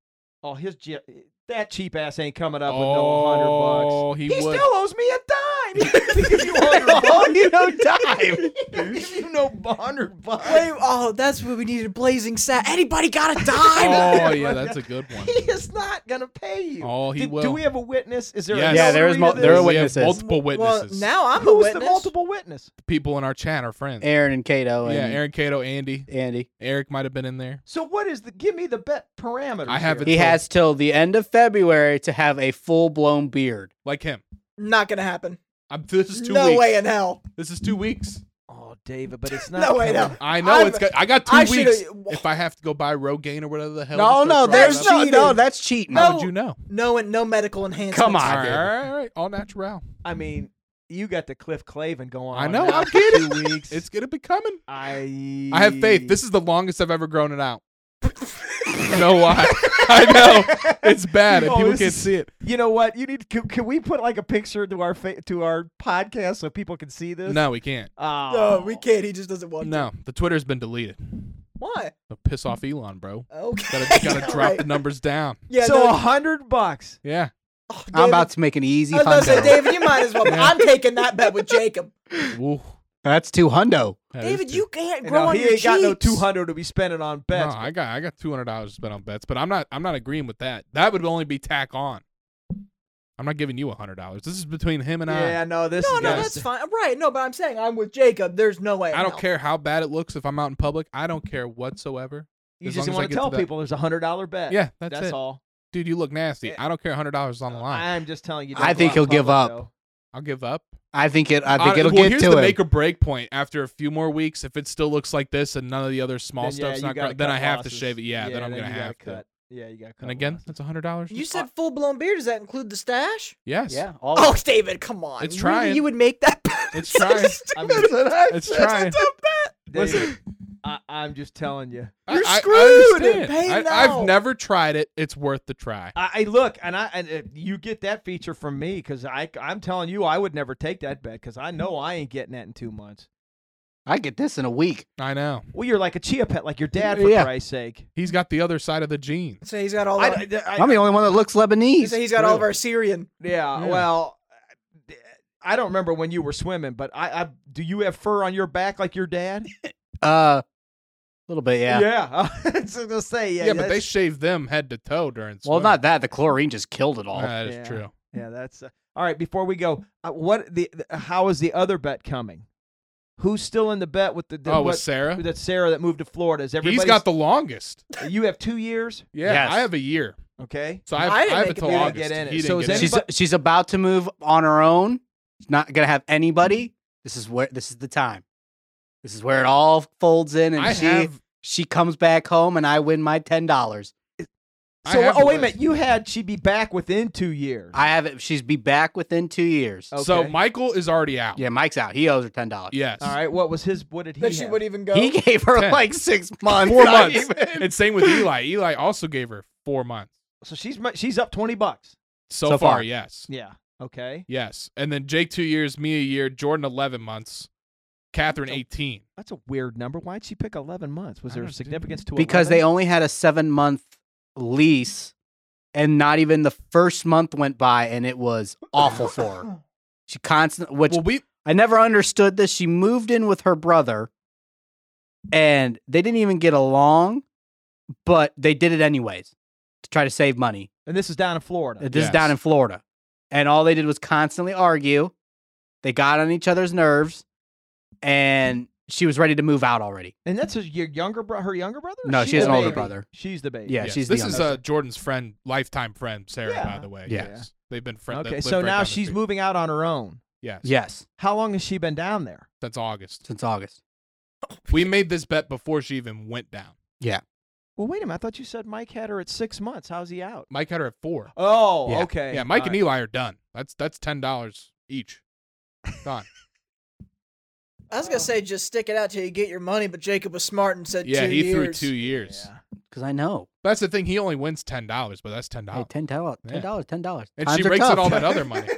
[SPEAKER 1] Oh, his je- that cheap ass ain't coming up with no hundred bucks.
[SPEAKER 2] oh,
[SPEAKER 1] He
[SPEAKER 2] he, would.
[SPEAKER 1] still owes me a dime. He didn't give you hundred bucks.
[SPEAKER 3] you no time.
[SPEAKER 1] He didn't give you no hundred bucks.
[SPEAKER 4] Wait, oh, that's what we needed. Blazing Sat. Anybody got a dime?
[SPEAKER 2] oh, yeah, that's a good one.
[SPEAKER 1] He is not gonna pay you.
[SPEAKER 2] Oh, he
[SPEAKER 1] Did-
[SPEAKER 2] will.
[SPEAKER 1] Do we have a witness? Is there?
[SPEAKER 2] Yes.
[SPEAKER 1] A
[SPEAKER 2] Yeah, there
[SPEAKER 3] is
[SPEAKER 1] notary
[SPEAKER 3] mul-
[SPEAKER 1] to
[SPEAKER 3] there are
[SPEAKER 1] this?
[SPEAKER 2] We have
[SPEAKER 3] witnesses.
[SPEAKER 2] multiple
[SPEAKER 4] well,
[SPEAKER 2] witnesses.
[SPEAKER 4] now I'm a
[SPEAKER 1] Who's
[SPEAKER 4] witness.
[SPEAKER 1] the multiple witness?
[SPEAKER 2] People in our chat are friends.
[SPEAKER 3] Aaron and Kato and
[SPEAKER 2] yeah, Aaron Cato, Andy.
[SPEAKER 3] Andy.
[SPEAKER 2] Eric might have been in there.
[SPEAKER 1] So what is the? Give me the bet parameters.
[SPEAKER 2] I have
[SPEAKER 1] here.
[SPEAKER 2] it.
[SPEAKER 3] He
[SPEAKER 2] Until-
[SPEAKER 3] has till the end of February to have a full blown beard.
[SPEAKER 2] Like him.
[SPEAKER 4] Not gonna happen.
[SPEAKER 2] I'm, this is two
[SPEAKER 4] no
[SPEAKER 2] weeks.
[SPEAKER 4] way in hell.
[SPEAKER 2] This is two weeks.
[SPEAKER 1] Oh, David, but it's not.
[SPEAKER 4] No way.
[SPEAKER 1] coming.
[SPEAKER 4] No.
[SPEAKER 2] I know
[SPEAKER 4] I'm-
[SPEAKER 2] it's got, I got two
[SPEAKER 4] I should've-
[SPEAKER 2] weeks. If I have to go buy Rogaine or whatever the hell.
[SPEAKER 3] No,
[SPEAKER 2] this
[SPEAKER 3] no,
[SPEAKER 2] stuff
[SPEAKER 3] there's
[SPEAKER 2] is.
[SPEAKER 4] That's
[SPEAKER 3] no, no,
[SPEAKER 4] cheating.
[SPEAKER 3] that's cheating.
[SPEAKER 2] How
[SPEAKER 4] No.
[SPEAKER 2] would you know?
[SPEAKER 4] No, and no medical enhancements.
[SPEAKER 3] Come
[SPEAKER 2] All
[SPEAKER 3] on.
[SPEAKER 2] right,
[SPEAKER 3] did.
[SPEAKER 2] all right, all right, all natural.
[SPEAKER 1] I mean, you got the Cliff Clavin going.
[SPEAKER 2] I
[SPEAKER 1] on
[SPEAKER 2] know,
[SPEAKER 1] now
[SPEAKER 2] I'm
[SPEAKER 1] for
[SPEAKER 2] kidding.
[SPEAKER 1] Two weeks.
[SPEAKER 2] It's gonna be coming.
[SPEAKER 1] I.
[SPEAKER 2] I have faith. This is the longest I've ever grown it out. no why? I know it's bad, and
[SPEAKER 1] Oh,
[SPEAKER 2] people
[SPEAKER 1] this
[SPEAKER 2] can't
[SPEAKER 1] is-
[SPEAKER 2] see it.
[SPEAKER 1] You know what? You need. Can, can we put like a picture to our fa- to our podcast so people can see this?
[SPEAKER 2] No, we can't.
[SPEAKER 1] Oh.
[SPEAKER 4] No, we can't. He just doesn't want to.
[SPEAKER 2] No, the Twitter's been deleted.
[SPEAKER 4] Why?
[SPEAKER 2] So piss off Elon, bro.
[SPEAKER 4] Okay.
[SPEAKER 2] Gotta, gotta
[SPEAKER 4] All
[SPEAKER 2] drop
[SPEAKER 4] right.
[SPEAKER 2] the numbers down.
[SPEAKER 4] Yeah.
[SPEAKER 1] so a
[SPEAKER 4] no,
[SPEAKER 1] hundred bucks.
[SPEAKER 2] Yeah,
[SPEAKER 4] oh,
[SPEAKER 3] I'm
[SPEAKER 4] David-
[SPEAKER 3] about to make an easy
[SPEAKER 4] I was uh, about to say,
[SPEAKER 3] hundo.
[SPEAKER 4] David, you might as well. I'm taking that bet with Jacob.
[SPEAKER 2] Ooh,
[SPEAKER 3] That's two hundo.
[SPEAKER 2] that is
[SPEAKER 4] David,
[SPEAKER 2] too-
[SPEAKER 4] you can't
[SPEAKER 1] You
[SPEAKER 4] grow
[SPEAKER 1] know,
[SPEAKER 4] on
[SPEAKER 1] he
[SPEAKER 4] your
[SPEAKER 1] ain't got no
[SPEAKER 4] cheeks.
[SPEAKER 1] two hundred to be spending on
[SPEAKER 2] No,
[SPEAKER 1] bets.
[SPEAKER 2] I got I got two hundred dollars to spend on bets, but I'm not I'm not agreeing with that. That would only be tack on. I'm not giving you hundred dollars. This is between him and I.
[SPEAKER 1] Yeah, no, this.
[SPEAKER 4] No,
[SPEAKER 1] is
[SPEAKER 4] no,
[SPEAKER 1] gonna-
[SPEAKER 4] that's fine. Right. No, but I'm saying I'm with Jacob. There's no way. in
[SPEAKER 2] I don't
[SPEAKER 4] hell.
[SPEAKER 2] care how bad it looks if I'm out in public. I don't care whatsoever.
[SPEAKER 1] You
[SPEAKER 2] As
[SPEAKER 1] just
[SPEAKER 2] long as I
[SPEAKER 1] want
[SPEAKER 2] get
[SPEAKER 1] to
[SPEAKER 2] to
[SPEAKER 1] tell
[SPEAKER 2] that.
[SPEAKER 1] people there's a hundred dollar bet.
[SPEAKER 2] Yeah, that's it.
[SPEAKER 1] all.
[SPEAKER 2] Dude, you look nasty. I don't care. Hundred dollars on the line.
[SPEAKER 1] I'm just telling you.
[SPEAKER 3] I
[SPEAKER 1] don't go
[SPEAKER 3] think
[SPEAKER 1] out
[SPEAKER 3] he'll
[SPEAKER 1] in
[SPEAKER 3] give
[SPEAKER 1] public,
[SPEAKER 3] up.
[SPEAKER 1] though.
[SPEAKER 2] I'll give up.
[SPEAKER 3] I think it. I think
[SPEAKER 2] Uh,
[SPEAKER 3] it'll
[SPEAKER 2] well,
[SPEAKER 3] get
[SPEAKER 2] here's
[SPEAKER 3] to
[SPEAKER 2] the
[SPEAKER 3] him.
[SPEAKER 2] make or break point. After a few more weeks, if it still looks like this and none of the other small
[SPEAKER 1] Then, yeah,
[SPEAKER 2] stuff's
[SPEAKER 1] you
[SPEAKER 2] not,
[SPEAKER 1] gotta
[SPEAKER 2] great, then
[SPEAKER 1] cut
[SPEAKER 2] I have to
[SPEAKER 1] losses.
[SPEAKER 2] shave it. Yeah, then I'm
[SPEAKER 1] you
[SPEAKER 2] gonna
[SPEAKER 1] gotta
[SPEAKER 2] have
[SPEAKER 1] cut.
[SPEAKER 2] to.
[SPEAKER 1] Yeah, you got to cut.
[SPEAKER 2] And again,
[SPEAKER 1] losses.
[SPEAKER 2] that's hundred dollars.
[SPEAKER 4] You said full blown beard. Does that include the stash?
[SPEAKER 2] yes.
[SPEAKER 3] yeah,
[SPEAKER 4] Oh, David, come on.
[SPEAKER 2] It's
[SPEAKER 4] Really?
[SPEAKER 2] trying.
[SPEAKER 4] You would make that bet.
[SPEAKER 2] It's
[SPEAKER 4] So
[SPEAKER 2] trying.
[SPEAKER 4] stupid.
[SPEAKER 1] I mean,
[SPEAKER 2] It's trying.
[SPEAKER 1] David, I, I'm just telling you.
[SPEAKER 2] I-
[SPEAKER 4] You're
[SPEAKER 2] I- I
[SPEAKER 4] screwed.
[SPEAKER 2] understand.
[SPEAKER 4] Pay
[SPEAKER 2] I,
[SPEAKER 4] now.
[SPEAKER 2] I've never tried it. It's worth the try.
[SPEAKER 1] I, I look, and I and uh, you get that feature from me because I I'm telling you I would never take that bet because I know I ain't getting that in two months.
[SPEAKER 3] I get this in a week.
[SPEAKER 2] I know.
[SPEAKER 1] Well, you're like a chia pet, like your dad for
[SPEAKER 3] Yeah.
[SPEAKER 1] Christ's sake.
[SPEAKER 2] He's got the other side of the gene.
[SPEAKER 4] So he's got all.
[SPEAKER 1] I,
[SPEAKER 4] the-
[SPEAKER 1] I- I-
[SPEAKER 3] I'm the only one that looks
[SPEAKER 4] He's,
[SPEAKER 3] Lebanese.
[SPEAKER 4] he's got all of our Syrian.
[SPEAKER 1] yeah,
[SPEAKER 2] Yeah.
[SPEAKER 1] Well, I don't remember when you were swimming, but I, I do you have fur on your back like your dad?
[SPEAKER 3] Uh, little bit, yeah.
[SPEAKER 1] Yeah. It's gonna say yeah.
[SPEAKER 2] Yeah, but they
[SPEAKER 1] that's-
[SPEAKER 2] shaved them head to toe during.
[SPEAKER 3] Well,
[SPEAKER 2] swimming.
[SPEAKER 3] not that. The chlorine just killed it all.
[SPEAKER 2] Nah, That is
[SPEAKER 1] Yeah.
[SPEAKER 2] true.
[SPEAKER 1] Yeah, that's uh, all right. Before we go, uh, what the, the- how is the other bet coming? Who's still in the bet with the, the
[SPEAKER 2] oh,
[SPEAKER 1] what,
[SPEAKER 2] with Sarah,
[SPEAKER 1] that Sarah that moved to Florida? Is everybody?
[SPEAKER 2] he's got the longest.
[SPEAKER 1] You have two years,
[SPEAKER 2] Yeah,
[SPEAKER 3] Yes.
[SPEAKER 2] I have a year,
[SPEAKER 1] okay?
[SPEAKER 2] so I have,
[SPEAKER 4] I
[SPEAKER 2] I
[SPEAKER 4] didn't
[SPEAKER 2] have
[SPEAKER 4] make it
[SPEAKER 2] until
[SPEAKER 4] through to
[SPEAKER 2] August.
[SPEAKER 1] get in it.
[SPEAKER 2] He didn't
[SPEAKER 1] So is
[SPEAKER 2] get in.
[SPEAKER 1] anybody-
[SPEAKER 3] she's she's about to move on her own. She's not gonna have anybody. This is where this is the time. This is where it all folds in, and
[SPEAKER 2] I
[SPEAKER 3] she
[SPEAKER 2] have.
[SPEAKER 3] she comes back home, and I win my ten dollars.
[SPEAKER 2] I
[SPEAKER 1] So
[SPEAKER 2] have
[SPEAKER 1] oh
[SPEAKER 2] the
[SPEAKER 1] wait a
[SPEAKER 2] list.
[SPEAKER 1] minute, you had she'd be back within two years.
[SPEAKER 3] I have it. She's be back within two years.
[SPEAKER 1] Okay.
[SPEAKER 2] So Michael is already out.
[SPEAKER 3] Yeah, Mike's out. He owes her ten dollars.
[SPEAKER 2] Yes.
[SPEAKER 1] all right, what was his? What did he?
[SPEAKER 4] that she
[SPEAKER 1] have?
[SPEAKER 4] would even go.
[SPEAKER 3] He gave her
[SPEAKER 2] 10.
[SPEAKER 3] like six months.
[SPEAKER 2] Four
[SPEAKER 3] not
[SPEAKER 2] months.
[SPEAKER 3] even.
[SPEAKER 2] And same with Eli. Eli also gave her four months
[SPEAKER 1] so she's mu- she's up twenty bucks.
[SPEAKER 2] so,
[SPEAKER 3] So
[SPEAKER 2] far,
[SPEAKER 3] far.
[SPEAKER 2] Yes.
[SPEAKER 1] Yeah. Okay.
[SPEAKER 2] Yes. And then Jake two years, me a year, Jordan eleven months, Catherine eighteen.
[SPEAKER 1] That's a weird number. Why'd she pick eleven months? Was
[SPEAKER 2] I
[SPEAKER 1] there
[SPEAKER 2] don't-
[SPEAKER 1] significance to
[SPEAKER 3] because they only had a seven month lease and not even the first month went by and it was awful for her she constantly which
[SPEAKER 2] Well, we
[SPEAKER 3] i never understood this she moved in with her brother and they didn't even get along but they did it anyways to try to save money
[SPEAKER 1] and this is down in Florida.
[SPEAKER 3] this is down
[SPEAKER 2] Yes.
[SPEAKER 3] in florida and all they did was constantly argue they got on each other's nerves and she was ready to move out already
[SPEAKER 1] And that's his- your younger bro- her younger brother?
[SPEAKER 3] No,
[SPEAKER 1] She's
[SPEAKER 3] she has
[SPEAKER 1] the
[SPEAKER 3] an older
[SPEAKER 1] baby.
[SPEAKER 3] brother.
[SPEAKER 1] She's the baby.
[SPEAKER 3] Yeah,
[SPEAKER 2] yes.
[SPEAKER 3] she's the
[SPEAKER 2] this is uh,
[SPEAKER 3] youngest.
[SPEAKER 2] Jordan's friend, lifetime friend Sarah.
[SPEAKER 1] Yeah.
[SPEAKER 2] By the way,
[SPEAKER 3] Yeah.
[SPEAKER 2] yes, they've been friends.
[SPEAKER 1] Okay, so now she's moving out on her own.
[SPEAKER 2] Yes.
[SPEAKER 3] yes
[SPEAKER 1] How long has she been down there?
[SPEAKER 2] That's August.
[SPEAKER 3] since august
[SPEAKER 2] We made this bet before she even went down.
[SPEAKER 1] Well, wait a minute. I thought you said Mike had her at six months. How's he out?
[SPEAKER 2] Mike had her at four.
[SPEAKER 1] Oh,
[SPEAKER 3] Yeah.
[SPEAKER 1] okay.
[SPEAKER 2] Yeah, Mike
[SPEAKER 1] All
[SPEAKER 2] and
[SPEAKER 1] right.
[SPEAKER 2] Eli are done. That's that's ten dollars each. Done.
[SPEAKER 4] I was gonna say just stick it out till you get your money, but Jacob was smart and said
[SPEAKER 2] yeah,
[SPEAKER 4] two
[SPEAKER 2] he threw
[SPEAKER 4] years.
[SPEAKER 2] two years.
[SPEAKER 1] Yeah.
[SPEAKER 3] because i know
[SPEAKER 2] That's the thing. He only wins ten dollars, but that's ten
[SPEAKER 3] Hey,
[SPEAKER 2] dollars.
[SPEAKER 3] ten dollars,
[SPEAKER 2] Yeah.
[SPEAKER 3] ten dollars, ten dollars.
[SPEAKER 2] And she rakes in all that other money.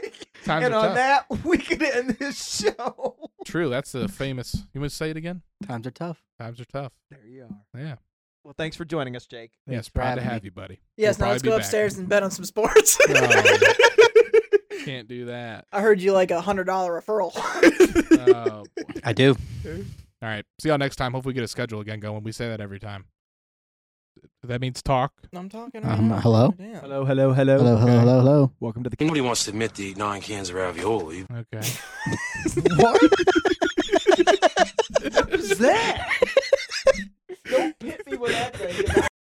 [SPEAKER 2] Times
[SPEAKER 1] and
[SPEAKER 2] are
[SPEAKER 1] on
[SPEAKER 2] tough.
[SPEAKER 1] that, we could end this show.
[SPEAKER 2] True. That's the famous. You want to say it again?
[SPEAKER 3] Times are tough.
[SPEAKER 2] Times are tough.
[SPEAKER 1] There you are.
[SPEAKER 2] Yeah.
[SPEAKER 1] Well, thanks for joining us, Jake.
[SPEAKER 2] Yes.
[SPEAKER 3] for
[SPEAKER 2] Proud to
[SPEAKER 3] having me.
[SPEAKER 2] have you, buddy.
[SPEAKER 4] Yes,
[SPEAKER 2] We'll
[SPEAKER 4] now let's
[SPEAKER 2] probably
[SPEAKER 4] go
[SPEAKER 2] be back.
[SPEAKER 4] upstairs and bet on some sports.
[SPEAKER 2] No, Can't do that.
[SPEAKER 4] I heard you like a hundred dollar referral.
[SPEAKER 2] Oh, boy.
[SPEAKER 3] I do.
[SPEAKER 2] All right. See y'all next time. Hopefully, we get a schedule again going. We say that every time. That means talk.
[SPEAKER 4] I'm talking. Right
[SPEAKER 3] Um,
[SPEAKER 4] now.
[SPEAKER 3] hello?
[SPEAKER 4] Damn.
[SPEAKER 1] Hello, hello, hello.
[SPEAKER 3] Hello, hello, hello, hello.
[SPEAKER 1] Welcome to the
[SPEAKER 8] Nobody wants to admit to eat nine cans of ravioli.
[SPEAKER 2] Okay.
[SPEAKER 1] what?